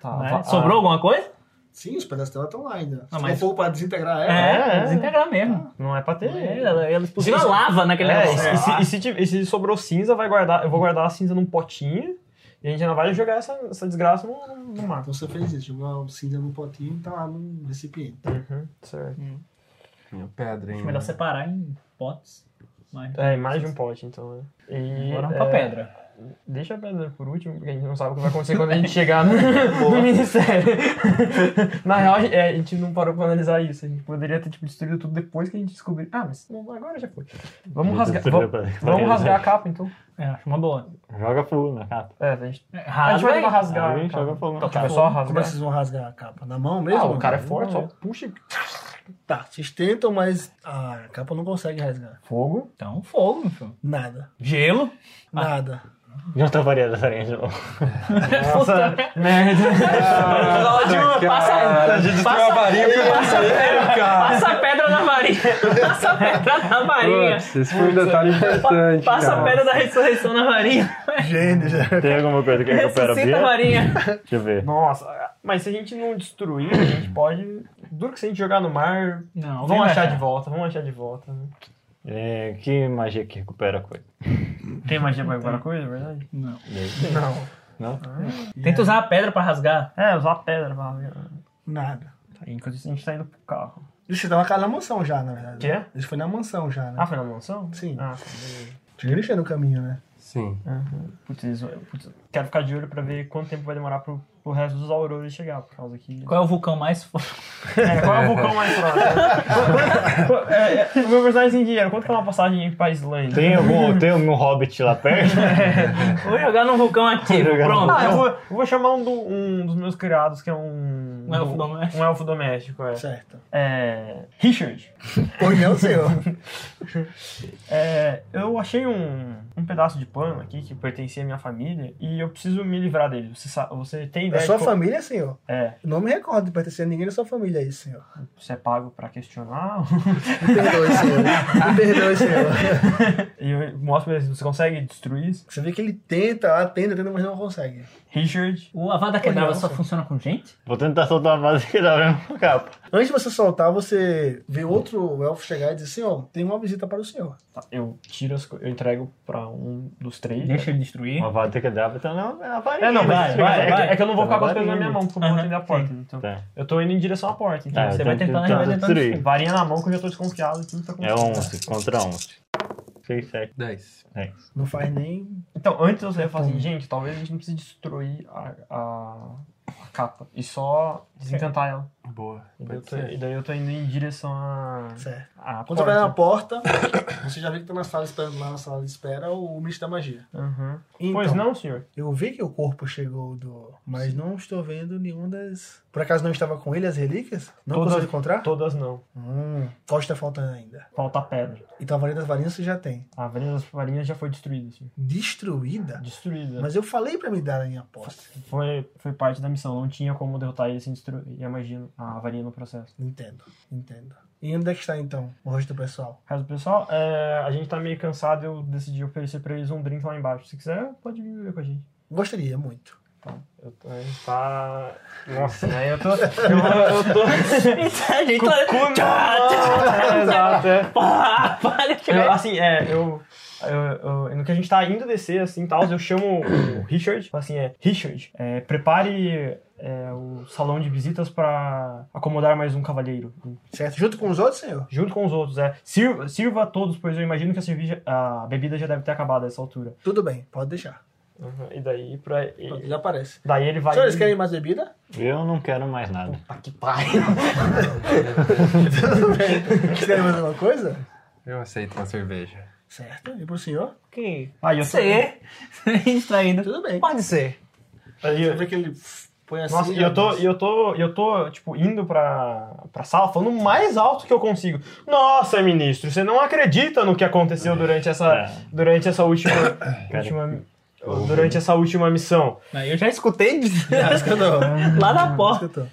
S6: Tá,
S4: né?
S6: va-
S4: Sobrou alguma coisa?
S2: Sim, os pedaços dela estão lá ainda. Se não,
S4: Não, mas-
S2: for para desintegrar ela,
S4: É,
S6: é.
S4: desintegrar mesmo.
S6: ah, Não é pra ter.
S4: É, Ela, ela explodiu a lava naquele
S6: É, e se-
S4: negócio.
S6: e, se, e se tiver- e se sobrou cinza, vai guardar, eu vou guardar a cinza num potinho e a gente ainda vai jogar essa, essa desgraça no, no- no mar.
S2: então você fez isso. Jogou a cinza no potinho e tá lá num recipiente.
S6: Uhum, certo.
S5: Minha pedra, hein?
S4: Melhor separar em potes. Mas...
S6: É, mais de um pote, então. Né? E,
S4: Agora vamos pra
S6: é,
S4: pedra.
S6: Deixa a pedra por último, porque a gente não sabe o que vai acontecer quando a gente chegar no, no ministério. Na real, é, a gente não parou pra analisar isso. A gente poderia ter tipo, destruído tudo depois que a gente descobriu. Ah, mas não, agora já foi. Vamos rasgar.
S7: Destruiu
S6: Vamos,
S7: a pedra.
S6: vamos rasgar a capa, então.
S4: É, acho uma boa.
S7: Joga fogo na capa.
S6: É, a gente,
S4: É,
S6: a gente
S4: Rasga
S6: vai
S4: aí.
S6: tentar rasgar.
S7: Aí
S6: a
S4: tá.
S6: capa.
S7: joga fogo na
S6: Então, tipo,
S7: capa.
S6: é só
S2: Como é
S6: rasgar.
S2: que vocês vão rasgar a capa? Na mão mesmo?
S6: Ah, o cara é forte, só puxa e
S2: Tá, vocês tentam, mas ah, a capa não consegue rasgar.
S6: Fogo?
S4: Então, fogo, meu filho.
S2: Nada.
S6: Ah.
S4: Gelo.
S2: Nada.
S7: Junta variedades aranhas de novo.
S4: Puta merda. de uma,
S5: Cara, a
S4: passa,
S5: gente tem uma
S4: passa,
S5: varinha pra fazer, cara.
S4: passa a pedra na varinha. Passa a pedra na varinha.
S5: Putz, esse foi um
S7: tá
S5: detalhe importante.
S4: Passa a
S5: cara.
S4: pedra da ressurreição na varinha.
S2: Gênio, já.
S7: Tem alguma coisa
S4: É,
S7: que recupera
S4: Ressuscita a
S7: a vida?
S4: varinha.
S7: Deixa eu ver.
S6: Nossa, mas se a gente não destruir, a gente pode. Duro que se a gente jogar no mar,
S4: Não,
S6: vão achar de volta, vão achar de volta. Né?
S7: É, que magia que recupera coisa?
S6: Tem magia pra recuperar coisa, é verdade?
S4: Tenta usar a pedra pra rasgar.
S6: É, usar pedra pra.
S2: Nada.
S6: Tá, enquanto isso a gente tá indo pro carro.
S2: Isso tava cá na mansão já, na verdade.
S6: Quê?
S2: Isso foi na mansão já, né?
S6: Ah, foi na mansão?
S2: Sim.
S6: Ah, tá, beleza.
S2: Tinha lixo no caminho, né?
S5: Sim.
S6: Putz, isso- putz, quero ficar de olho pra ver quanto tempo vai demorar pro, pro resto dos auroras chegar, por causa que.
S4: Qual é o vulcão mais forte?
S6: É, qual é o vulcão mais próximo? É, é, o meu personagem sem dinheiro, quanto que é uma passagem pra Islândia?
S7: Tem algum, tem algum hobbit lá perto?
S4: Vou jogar num vulcão aqui.
S7: Vou jogar num
S4: Pronto.
S6: Ah, eu vou, eu vou chamar um, do- um dos meus criados, que é um.
S4: Um elfo
S6: do-
S4: doméstico.
S6: Um elfo doméstico, é.
S2: Certo.
S6: É. Richard.
S2: Pois não, senhor.
S6: É, eu achei um, um pedaço de pano aqui que pertencia à minha família e eu preciso me livrar dele. Você, sa- você tem
S2: Da
S6: ideia?
S2: É sua
S6: de qual-
S2: família, senhor?
S6: É.
S2: Não me recordo de pertencer a ninguém da sua família aí, senhor.
S6: Você é pago pra questionar?
S2: Me perdoe, senhor. Me perdoe, senhor.
S6: e eu mostro pra ele: assim, você consegue destruir isso?
S2: Você vê que ele tenta, ah, tenta, tenta, mas não consegue.
S6: Richard.
S4: O Avada Kedavra
S2: Nossa.
S4: só funciona com gente?
S7: Vou tentar soltar uma base que dá pra mim pro capa.
S2: Antes de você soltar, você vê outro elfo chegar e dizer, senhor, tem uma visita para o senhor.
S6: Tá, eu tiro as co- eu entrego pra um dos três.
S4: Deixa ele destruir.
S7: Uma vada que dá pra então não, é uma varinha.
S6: É, não, mas
S4: Vai, vai,
S6: é que-
S4: vai.
S6: é que eu não vou ficar com as coisas na
S7: Varinha.
S6: minha mão, porque eu vou
S4: Aham,
S6: atender a porta. Então.
S7: Tá.
S6: Eu tô indo em direção à porta, então.
S7: Ah,
S6: você
S7: eu
S6: vai
S7: tento-
S4: tentar,
S7: tento
S4: vai tentando
S7: destruir.
S6: Varinha na mão que eu já tô desconfiado e tudo tá
S7: É
S6: acontecendo.
S7: 11 contra 11. 6, 7,
S5: 10.
S7: 10.
S2: Não faz nem...
S6: Então, antes eu saí, eu falei assim, gente, talvez a gente não precise destruir a, a, a capa e só desencantar ela.
S5: Boa.
S6: E daí, eu
S5: Pode
S6: tô,
S5: ser.
S6: e daí eu tô indo em direção à,
S2: Certo.
S6: à
S2: Quando você vai na
S6: porta.
S2: porta, você já vê que tá na sala esperando lá na sala de espera o ministro da magia.
S6: Uhum.
S2: Então,
S6: Pois não, senhor?
S2: Eu vi que o corpo chegou do. Mas não estou vendo nenhum das. Por acaso não estava com ele as relíquias? Não
S6: Todas-
S2: conseguiu encontrar?
S6: Todas não.
S2: Hum, qual está faltando ainda?
S6: Falta a pedra.
S2: Então a varinha das varinhas você já tem.
S6: A varinha das varinhas já foi destruída, senhor.
S2: Destruída?
S6: Destruída.
S2: Mas eu falei pra me dar a minha aposta.
S6: Foi, foi parte da missão. Não tinha como derrotar ele assim, sem destruir a magia, a varinha no processo.
S2: Entendo, entendo. E onde é que está então o resto do pessoal?
S6: Caso pessoal, é, a gente tá meio cansado. Eu decidi oferecer pra eles um drink lá embaixo. Se quiser, pode vir beber com a gente.
S2: Gostaria muito.
S6: Eu tô, a gente tá. Nossa, né? Eu tô. Eu, eu tô.
S4: a gente tá- lá...
S6: É, Exato, é.
S4: Pá, Ah, para,
S6: Eu,
S4: chegou.
S6: assim, é, eu, eu, eu- No que a gente tá indo descer, assim, tal, eu chamo o Richard, falo assim, é. Richard, é, prepare é, o salão de visitas pra acomodar mais um cavalheiro.
S2: Certo? Junto com os outros, senhor?
S6: Junto com os outros, é. Sirva, sirva a todos, pois eu imagino que a, cerveja, a bebida já deve ter acabado a essa altura.
S2: Tudo bem, pode deixar.
S6: Uhum, E daí, pra.
S2: Pronto, já aparece.
S6: daí ele vai.
S2: Senhores, querem mais bebida?
S7: Eu não quero mais nada.
S6: que pai.
S2: Tudo bem. Vocês querem mais alguma coisa?
S5: Eu aceito uma cerveja.
S2: Certo? E pro senhor?
S4: Ok.
S6: Aí eu
S4: Pode ser. Distraído.
S2: Tudo bem.
S4: Pode ser.
S6: Aí eu-
S2: Você vê que ele põe assim.
S6: Nossa, e
S2: já
S6: eu tô,
S2: diz.
S6: e eu tô, e eu tô, tipo, indo pra, pra sala falando o mais alto que eu consigo. Nossa, ministro, você não acredita no que aconteceu durante essa,
S7: É.
S6: durante essa última, última durante essa última missão.
S4: Mas eu já escutei
S2: Ah, isso que eu tô.
S4: lá na
S2: Isso
S4: porta.
S2: que eu tô.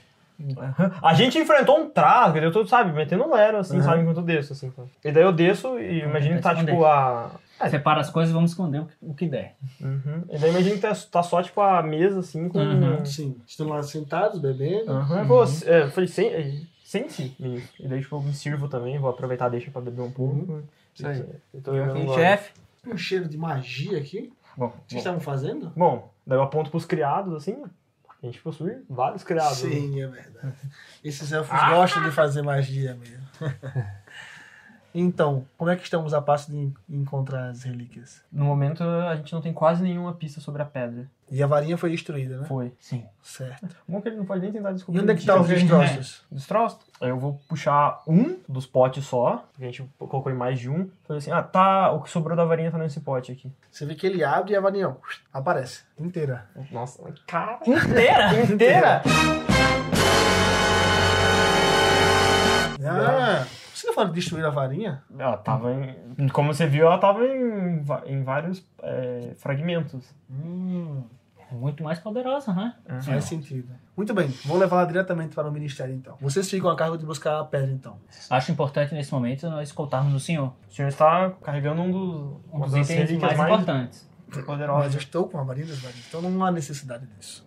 S6: A gente enfrentou um trago, eu tô, sabe, metendo lero, assim, sabe, enquanto eu desço, assim. tá? E daí eu desço e imagino que tá, tipo, a...
S4: Separa as coisas e vamos esconder o que, o que der.
S6: Uhum. E daí imagino que tá, tá só, tipo, a mesa, assim, com...
S4: Uhum.
S2: Sim, estão lá sentados, bebendo.
S6: Aham, eu vou- é, eu falei, sem, sem si, ministro. E daí, tipo, eu me sirvo também, vou aproveitar, deixa pra beber um pouco.
S5: Isso aí.
S6: Eu tô bebendo agora.
S4: é Chefe,
S2: Um cheiro de magia aqui.
S6: Bom,
S2: Vocês
S6: bom.
S2: estavam fazendo?
S6: Bom, daí eu aponto pros criados, assim. A gente possui vários criados. né?
S2: Sim, é verdade. Esses elfos
S6: Ah!
S2: gostam de fazer magia mesmo. então, como é que estamos a passo de en- encontrar as relíquias?
S6: No momento, a gente não tem quase nenhuma pista sobre a pedra.
S2: E a varinha foi destruída, né?
S6: Foi. Sim.
S2: Certo.
S6: Bom que ele não pode nem tentar
S2: E
S6: descobrir.
S2: onde é que estão os
S6: Destroço.
S2: destroços?
S6: Destroço. Aí eu vou puxar um dos potes só, porque a gente colocou em mais de um. Falei assim, ah, tá, o que sobrou da varinha tá nesse pote aqui.
S2: Você vê que ele abre e a varinha ó, aparece inteira.
S6: Nossa, cara...
S4: inteira.
S6: Inteira?
S2: Ah, Você não fala de destruir a varinha?
S6: Ela tava em. Como você viu, ela tava em, va- em vários é, fragmentos.
S2: Hum,
S4: Muito mais poderosa, né?
S2: faz sentido. Muito bem, vou levar ela diretamente para o ministério então. Vocês ficam a cargo de buscar a pedra então.
S4: Acho importante nesse momento nós escoltarmos o senhor.
S6: O senhor está carregando um dos,
S4: Um dos itens mais, importantes.
S2: Mas eu
S6: poderosos.
S2: estou com a varinha das varinhas, então não há necessidade disso.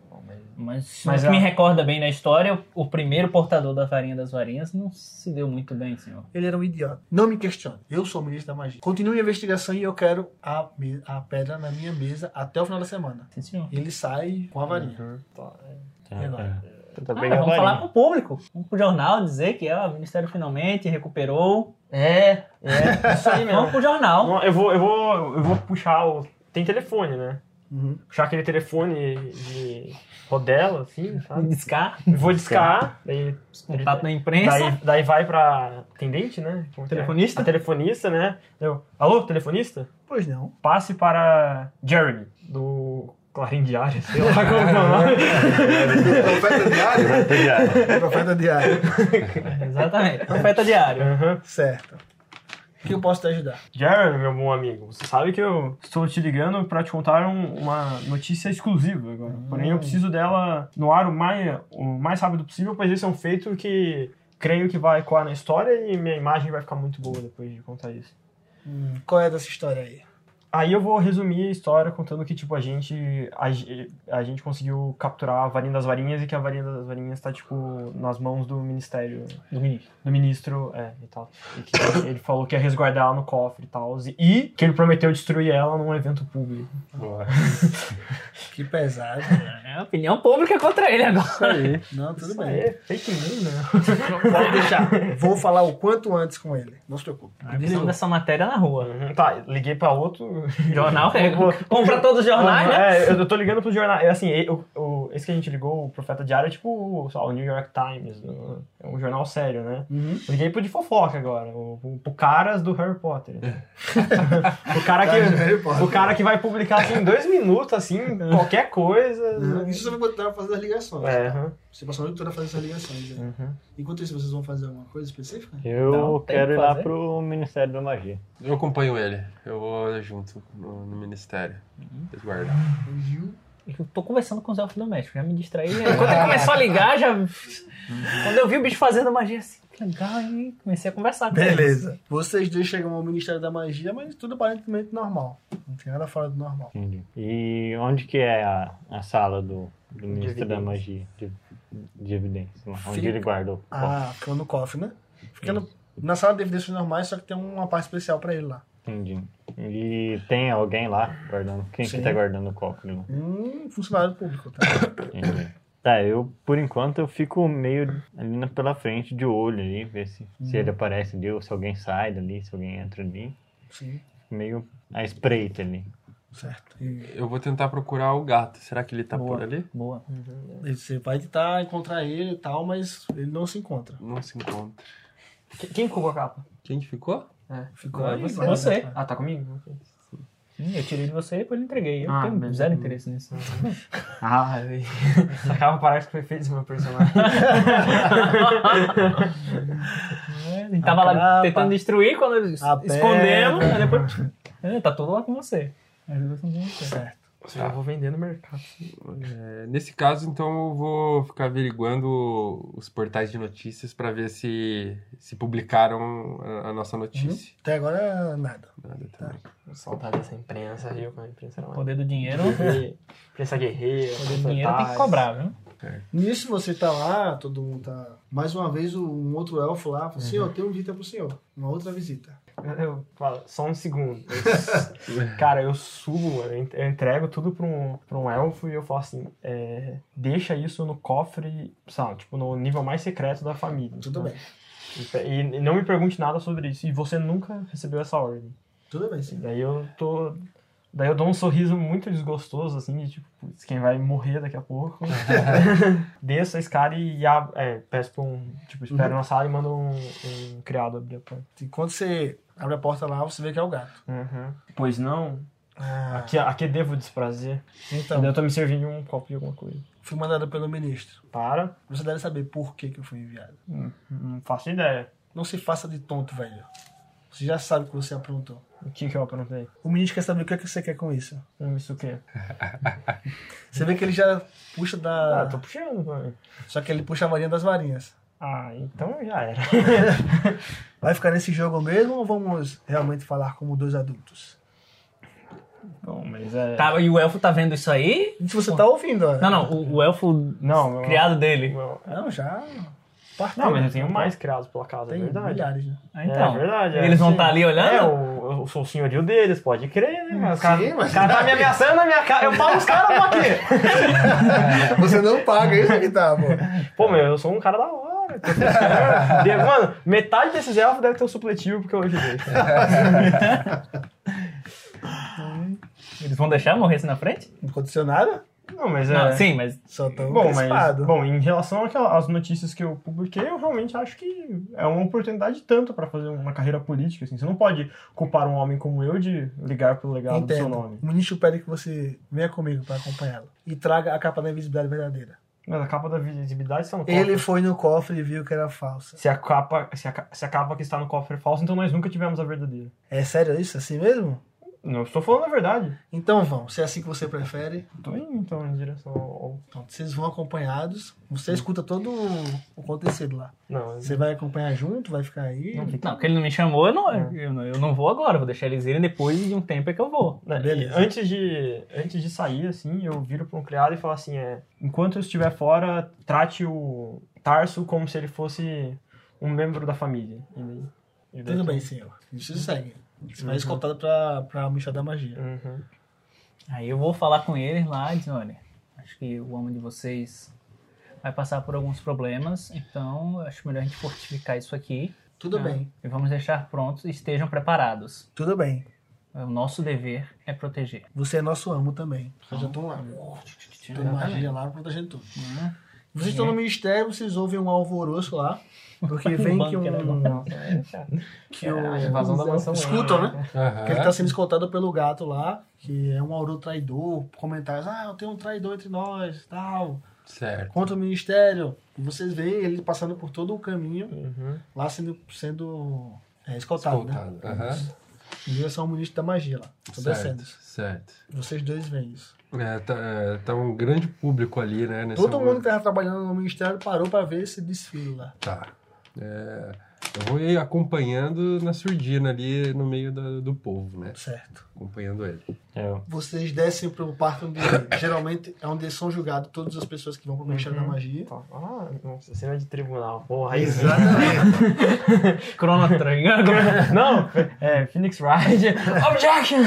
S4: Mas, se
S6: Mas
S4: o que
S6: a-
S4: me recorda bem na história, o primeiro portador da varinha das varinhas não se deu muito bem, senhor.
S2: Ele era um idiota. Não me questione. Eu sou o ministro da magia. Continue a investigação e eu quero a, me- a pedra na minha mesa até o final da semana.
S4: Sim, senhor.
S2: E ele sai com a varinha. É E agora?
S7: Tá
S4: Ah,
S7: bem
S4: vamos falar
S7: ah,
S4: pro público. Vamos pro jornal dizer que ah, o Ministério finalmente recuperou.
S6: É, é. Isso aí mesmo.
S4: Vamos pro jornal.
S6: Não, eu, vou, eu, vou, eu vou puxar o. Tem telefone, né?
S2: Uhum.
S6: Puxar aquele telefone de rodela, assim, sabe?
S4: Descar,
S6: Vou discar, daí,
S4: contato Um tá na imprensa.
S6: daí, daí vai pra atendente, né? Como que é?
S4: Telefonista?
S6: A telefonista, né? Eu, Alô, telefonista?
S2: Pois não.
S6: Passe para Jeremy, do Clarim Diário, sei lá como que é o nome.
S2: Profeta
S7: É.
S2: diário?
S7: pro...
S2: É Profeta diário.
S4: Exatamente. Profeta diário.
S6: Aham.
S2: Certo. O que eu posso te ajudar?
S6: Jeremy, meu bom amigo, você sabe que eu estou te ligando para te contar um- uma notícia exclusiva agora. Porém, eu preciso dela no ar o mais, o mais rápido possível, pois esse é um feito que creio que vai ecoar na história e minha imagem vai ficar muito boa depois de contar isso.
S2: Qual é dessa história aí?
S6: Aí eu vou resumir a história contando que, tipo, a gente. A, ge- a gente conseguiu capturar a varinha das varinhas e que a varinha das varinhas tá, tipo, nas mãos do ministério. Do ministro. Do ministro, é, e tal. E que ele falou que ia resguardar ela no cofre e tal. E que ele prometeu destruir ela num evento público.
S5: Boa.
S2: Que pesado.
S4: É a opinião pública contra ele agora.
S2: Não, tudo bem.
S6: É fake news, né?
S2: Pode deixar. Vou falar o quanto antes com ele. Não se preocupe.
S4: A visão dessa matéria é na rua.
S6: Uhum, tá, liguei pra outro.
S4: Jornal, é, compra todos os jornais, né?
S6: É, eu eu tô ligando pros jornais. Assim, eu- o- esse que a gente ligou, o Profeta Diário, é tipo sei lá, o New York Times. o- É um jornal sério, né?
S2: Uhum.
S6: Eu liguei pro de fofoca agora, o, o, pro caras do Harry Potter. o, cara
S2: Caras do Harry
S6: que,
S2: Potter.
S6: o cara que vai publicar assim, em dois minutos, assim, qualquer coisa.
S2: Uhum. É, Isso você vai continuar fazendo as ligações.
S6: É, aham.
S2: Você passou a noite toda fazendo essas ligações. né? Enquanto isso, vocês vão fazer alguma coisa específica?
S7: Eu
S4: Não, tem
S7: quero
S4: que
S7: ir lá
S4: fazer.
S7: pro Ministério da Magia.
S5: Eu acompanho ele. Eu vou junto no, no ministério.
S2: Uhum.
S5: Resguardar.
S2: Viu?
S4: Eu tô conversando com os elfos domésticos, já me distraí. Aí, Quando ele começou a ligar, já. Quando eu vi o bicho fazendo magia assim, que legal, hein? Comecei a conversar com ele.
S2: Beleza. Vocês dois chegam ao Ministério da Magia, mas tudo aparentemente normal. Não tem nada fora do normal.
S7: E onde que é a, a sala do, do Ministro da
S6: evidências.
S7: Magia? De, de evidências, lá, onde
S2: Fica-
S7: ele guardou. o copo.
S2: Ah, ficou no cofre, né? Fica no- na sala de evidências normais, só que tem uma parte especial pra ele lá.
S7: Entendi. E tem alguém lá guardando? Quem
S2: Sim.
S7: que tá guardando o copo? né?
S2: Um funcionário público, tá?
S7: Entendi. Tá, eu, por enquanto, eu fico meio ali na- pela frente, de olho ali, ver se,
S4: Hum.
S7: se ele aparece ali, ou se alguém sai dali, se alguém entra ali.
S2: Sim,
S7: Meio à espreita ali.
S2: certo. E
S5: Eu vou tentar procurar o gato. Será que ele tá por ali?
S4: Boa.
S2: Você vai tentar encontrar ele e tal, mas ele não se encontra.
S5: Não se encontra.
S6: Qu- Quem colocou a capa?
S5: Quem que ficou?
S2: Ficou
S5: Ah,
S2: aí,
S5: você.
S2: vai,
S4: Você.
S2: vai.
S6: Ah, tá comigo? Ok.
S4: Hum, Eu tirei de você e depois eu entreguei. Eu
S6: Ah,
S4: tenho
S6: beleza.
S4: zero interesse nisso.
S6: Ah, eu... essa capa parece que foi feita do meu personagem.
S4: É, Ele tava lá
S2: capa.
S4: tentando destruir, quando eu
S2: A
S4: escondemos,
S2: pedra.
S4: aí depois. É, tá tudo lá com você. Ajuda com você.
S2: Certo.
S6: Eu vou vender no mercado.
S5: É, nesse caso, então, eu vou ficar averiguando os portais de notícias para ver se, se publicaram a, a nossa notícia.
S2: Até agora, nada.
S5: Nada também.
S6: Vou soltar dessa imprensa aí, com a imprensa não é.
S4: Poder do dinheiro.
S6: Guerreiro, Imprensa guerreira.
S4: Poder do dinheiro
S6: tá
S4: tem que cobrar, viu?
S2: Nisso você tá lá, todo mundo tá. Mais uma vez, um outro elfo lá
S4: Uhum.
S2: falou: Senhor, tem um visita pro senhor. Uma outra visita.
S6: Eu falo, só um segundo. Eu su- cara, eu subo, mano, eu en- eu entrego tudo pra um, pra um elfo e eu falo assim: é, deixa isso no cofre, sabe? Tipo, no nível mais secreto da família.
S4: Uhum.
S2: Tudo
S6: né?
S2: bem,
S6: E pe- E, não me pergunte nada sobre isso. E você nunca recebeu essa ordem.
S2: tudo bem,
S6: E
S2: sim.
S6: daí eu tô. Daí eu dou um sorriso muito desgostoso, assim, de tipo, putz, quem vai morrer daqui a pouco. Desço a escada e ab- é, peço pra um. Tipo, espero na sala e mando um, um criado abrir a porta.
S2: E quando você abre a porta lá, você vê que é o gato.
S6: Pois não?
S2: Ah,
S6: A que, a que devo desprazer?
S2: então,
S6: Eu tô me servindo um copo de alguma coisa.
S2: fui mandado pelo ministro.
S6: Para?
S2: Você deve saber por que, que eu fui enviado.
S6: Não faço ideia.
S2: Não se faça de tonto, velho. Você já sabe o que você aprontou.
S6: O que que eu aprontei?
S2: O menino quer saber o que, é que você quer com isso.
S6: Hum, Isso o quê?
S2: Você vê que ele já puxa da.
S6: Ah, tô puxando também.
S2: Só que ele puxa a varinha das varinhas.
S6: Ah, então já era.
S2: Vai ficar nesse jogo mesmo ou vamos realmente falar como dois adultos?
S6: Bom, mas é...
S4: Tá, e o elfo tá vendo isso aí?
S2: Isso você tá ouvindo, ó.
S4: Não, não, o, o elfo
S6: Não, meu-
S4: criado dele.
S6: meu-
S2: Não, já. Partiu.
S6: Não, mas eu tenho mais criados pela casa,
S2: Tem
S6: é verdade.
S2: milhares, né?
S4: Ah,
S6: é verdade. é,
S4: Eles vão
S6: sim.
S4: estar ali olhando?
S6: É, eu, eu sou o senhorio deles, pode crer, né? Mas o cara,
S2: Sim, mas-
S6: o cara tá me ameaçando na minha cara. Eu falo os caras, eu vou aqui.
S2: Você não paga isso que tá, pô.
S6: Pô, meu, eu sou um cara da hora. eu tô pensando. De- Mano, metade desses elfos deve ter o supletivo porque eu ajudei.
S4: Eles vão deixar morrer assim na frente?
S2: Não aconteceu nada?
S6: Não, mas é.
S4: Não, sim, mas
S2: Só tão
S6: Bom, mas,
S2: crispado.
S6: bom, em relação àquela- às notícias que eu publiquei, eu realmente acho que é uma oportunidade tanto para fazer uma carreira política. Assim. Você não pode culpar um homem como eu de ligar pelo legado do seu
S2: Entendo.
S6: nome.
S2: O ministro pede que você venha comigo pra acompanhá-lo. E traga a capa da invisibilidade verdadeira.
S6: Mas a capa da visibilidade está no cofre.
S2: Ele foi no cofre e viu que era falsa.
S6: Se, a capa, se, a, ca- se a capa que está no cofre é falsa, então nós nunca tivemos a verdadeira.
S2: É sério isso? Assim mesmo?
S6: Não, eu estou falando a verdade.
S2: Então vão, se é assim que você prefere.
S6: Estou indo, então, em direção ao... ao-
S2: Então, vocês vão acompanhados. Você escuta todo o- o acontecido lá.
S6: Não,
S2: Você vai acompanhar junto, vai ficar aí.
S6: Não,
S4: Não, É. porque ele não me chamou, eu não, eu, não, eu não vou agora. eu Vou deixar eles irem depois de um tempo é que eu vou.
S6: Né,
S2: Beleza.
S6: e Antes de, antes de sair, assim, eu viro pra um criado e falo assim, é, enquanto eu estiver fora, trate o Tarso como se ele fosse um membro da família. E daí- e daí tá.
S2: Tudo bem,
S6: eu-
S2: senhor. Isso segue. Você vai escoltado pra, pra Michel da Magia.
S6: Uhum.
S4: Aí eu vou falar com eles lá e dizer, olha, acho que o homem de vocês vai passar por alguns problemas, então acho melhor a gente fortificar isso aqui.
S2: Tudo
S6: É.
S4: né?
S2: bem,
S4: E vamos deixar prontos, estejam preparados.
S2: tudo bem.
S4: O nosso dever é proteger.
S2: Você é nosso amo também. Vocês já estão lá. Tem magia lá protegendo tudo.
S4: Né?
S2: Vocês estão no ministério, vocês ouvem um alvoroço lá. Porque vem que um. Que o,
S6: A invasão da mansão.
S2: Escutam, né?
S5: Aham.
S2: Que ele tá sendo escoltado pelo gato lá, que é um auro traidor. Comentários, ah, eu tenho um traidor entre nós, tal.
S5: Certo.
S2: Contra o ministério. E vocês veem ele passando por todo o caminho, lá sendo, sendo é, escoltado, né?
S5: Escoltado. Aham.
S2: Em direção ao ministro da magia lá. Estão descendo.
S5: Certo. Certo.
S2: Vocês dois veem isso.
S5: É, tá, é, tá um grande público ali, né? nessa
S2: Todo mundo
S5: hora.
S2: que tava trabalhando no ministério parou pra ver esse desfile lá.
S5: Tá. É, eu vou ir acompanhando na surdina ali no meio da- do povo, né?
S2: Certo.
S5: Acompanhando ele.
S7: Eu,
S2: Vocês descem pro parque onde geralmente é onde são julgados todas as pessoas que vão pro Ministério da Magia.
S6: Tá. Ah, nossa, cena de tribunal. Porra, aí sim.
S2: Exatamente.
S4: Cronotran.
S6: Não, é, Phoenix Ride. Objection!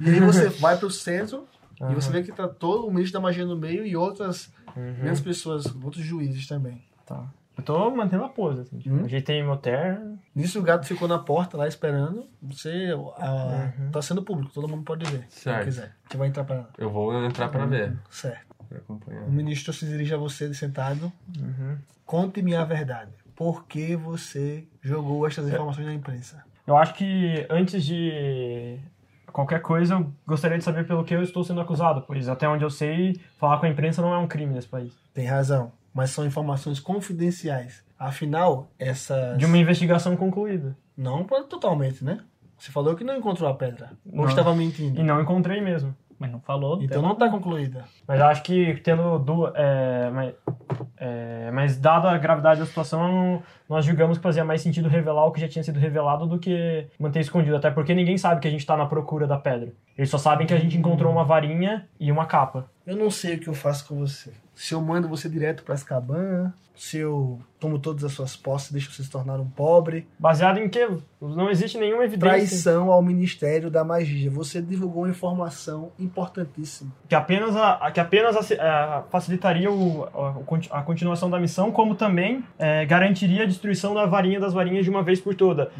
S2: e aí você vai pro centro e você vê que tá todo o ministro da magia no meio e outras menos pessoas, outros juízes também.
S6: Tá. Eu tô mantendo a pose, assim. Tipo,
S2: Uhum.
S6: Ajeitei meu terno.
S2: Nisso o gato ficou na porta lá esperando. Você ah, tá sendo público, todo mundo pode ver.
S5: Certo.
S2: Se quiser. Você vai entrar pra.
S5: Eu vou entrar pra ver.
S2: Certo.
S5: Hum, Pra acompanhar.
S2: O ministro se dirige a você sentado.
S6: Uhum.
S2: Conte-me a verdade. Por que você jogou estas informações na imprensa?
S6: Eu acho que antes de qualquer coisa, eu gostaria de saber pelo que eu estou sendo acusado, pois até onde eu sei, falar com a imprensa não é um crime nesse país.
S2: Tem razão, mas são informações confidenciais. Afinal, essas.
S6: De um uma investigação concluída.
S2: Não pra- totalmente, né? Você falou que não encontrou a pedra. Ou
S6: Não.
S2: estava
S6: E
S2: mentindo.
S6: não encontrei mesmo.
S4: Mas não falou.
S2: Então não tá concluída.
S6: Mas eu acho que tendo duas. É, mas, é, mas dada a gravidade da situação, nós julgamos que fazia mais sentido revelar o que já tinha sido revelado do que manter escondido. Até porque ninguém sabe que a gente tá na procura da pedra. Eles só sabem que a gente encontrou uma varinha e uma capa.
S2: Eu não sei o que eu faço com você. Se eu mando você direto para as cabanas, se eu tomo todas as suas posses, deixo você se tornar um pobre.
S6: Baseado em quê? Não existe nenhuma evidência.
S2: Traição ao Ministério da Magia. Você divulgou informação importantíssima.
S6: que apenas, a, a- que apenas a se- a- facilitaria o, a, o conti- a continuação da missão, como também é, garantiria a destruição da varinha das varinhas de uma vez por toda.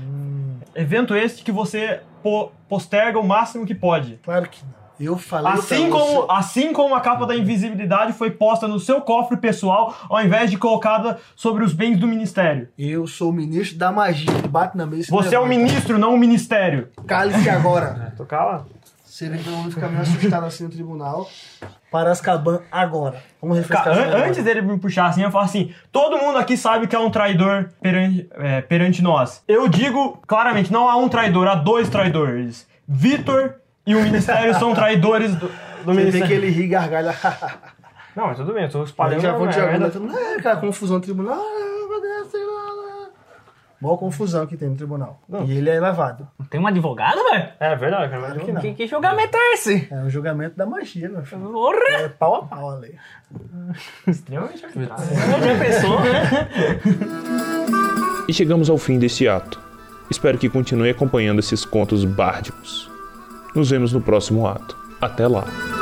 S6: Evento este que você po- posterga o máximo que pode.
S2: Claro que não. Eu falei
S6: Assim
S2: pra
S6: como,
S2: você.
S6: assim como a capa da invisibilidade foi posta no seu cofre pessoal, ao invés de colocada sobre os bens do ministério.
S2: Eu sou o ministro da magia. Bate na mesa. e
S6: Você é o
S2: levanta.
S6: ministro, não o ministério.
S2: Cale-se agora.
S6: Tocar lá?
S2: Você vê que todo mundo fica meio assustado assim no tribunal. Parascaban agora. Vamos refrescar.
S6: Cara,
S2: essa
S6: an-
S2: memória.
S6: antes dele me puxar assim, eu falo assim: todo mundo aqui sabe que é um traidor perante, é, perante nós. Eu digo claramente: não há um traidor, há dois traidores. Vitor e o Ministério são traidores do, do
S2: Você vê
S6: Ministério.
S2: que ele ri e gargalha.
S6: Não, mas tudo bem, eu tô
S2: Aí
S6: espalhando.
S2: já vão
S6: né,
S2: te
S6: merda.
S2: argumentando. É, aquela confusão no tribunal. Ah, meu Deus, sei lá, lá. Boa confusão que tem no tribunal. E ele é elevado.
S4: Tem um advogado, velho?
S6: É verdade, cara.
S2: Claro
S6: mas-
S2: que não.
S4: Que, que julgamento é esse?
S2: É o julgamento da magia, meu filho.
S4: Porra!
S2: É pau a pau ali.
S6: Extremamente arbitrado.
S4: Já pensou, né?
S1: E chegamos ao fim desse ato. Espero que continue acompanhando esses contos bárdicos. Nos vemos no próximo ato. Até lá!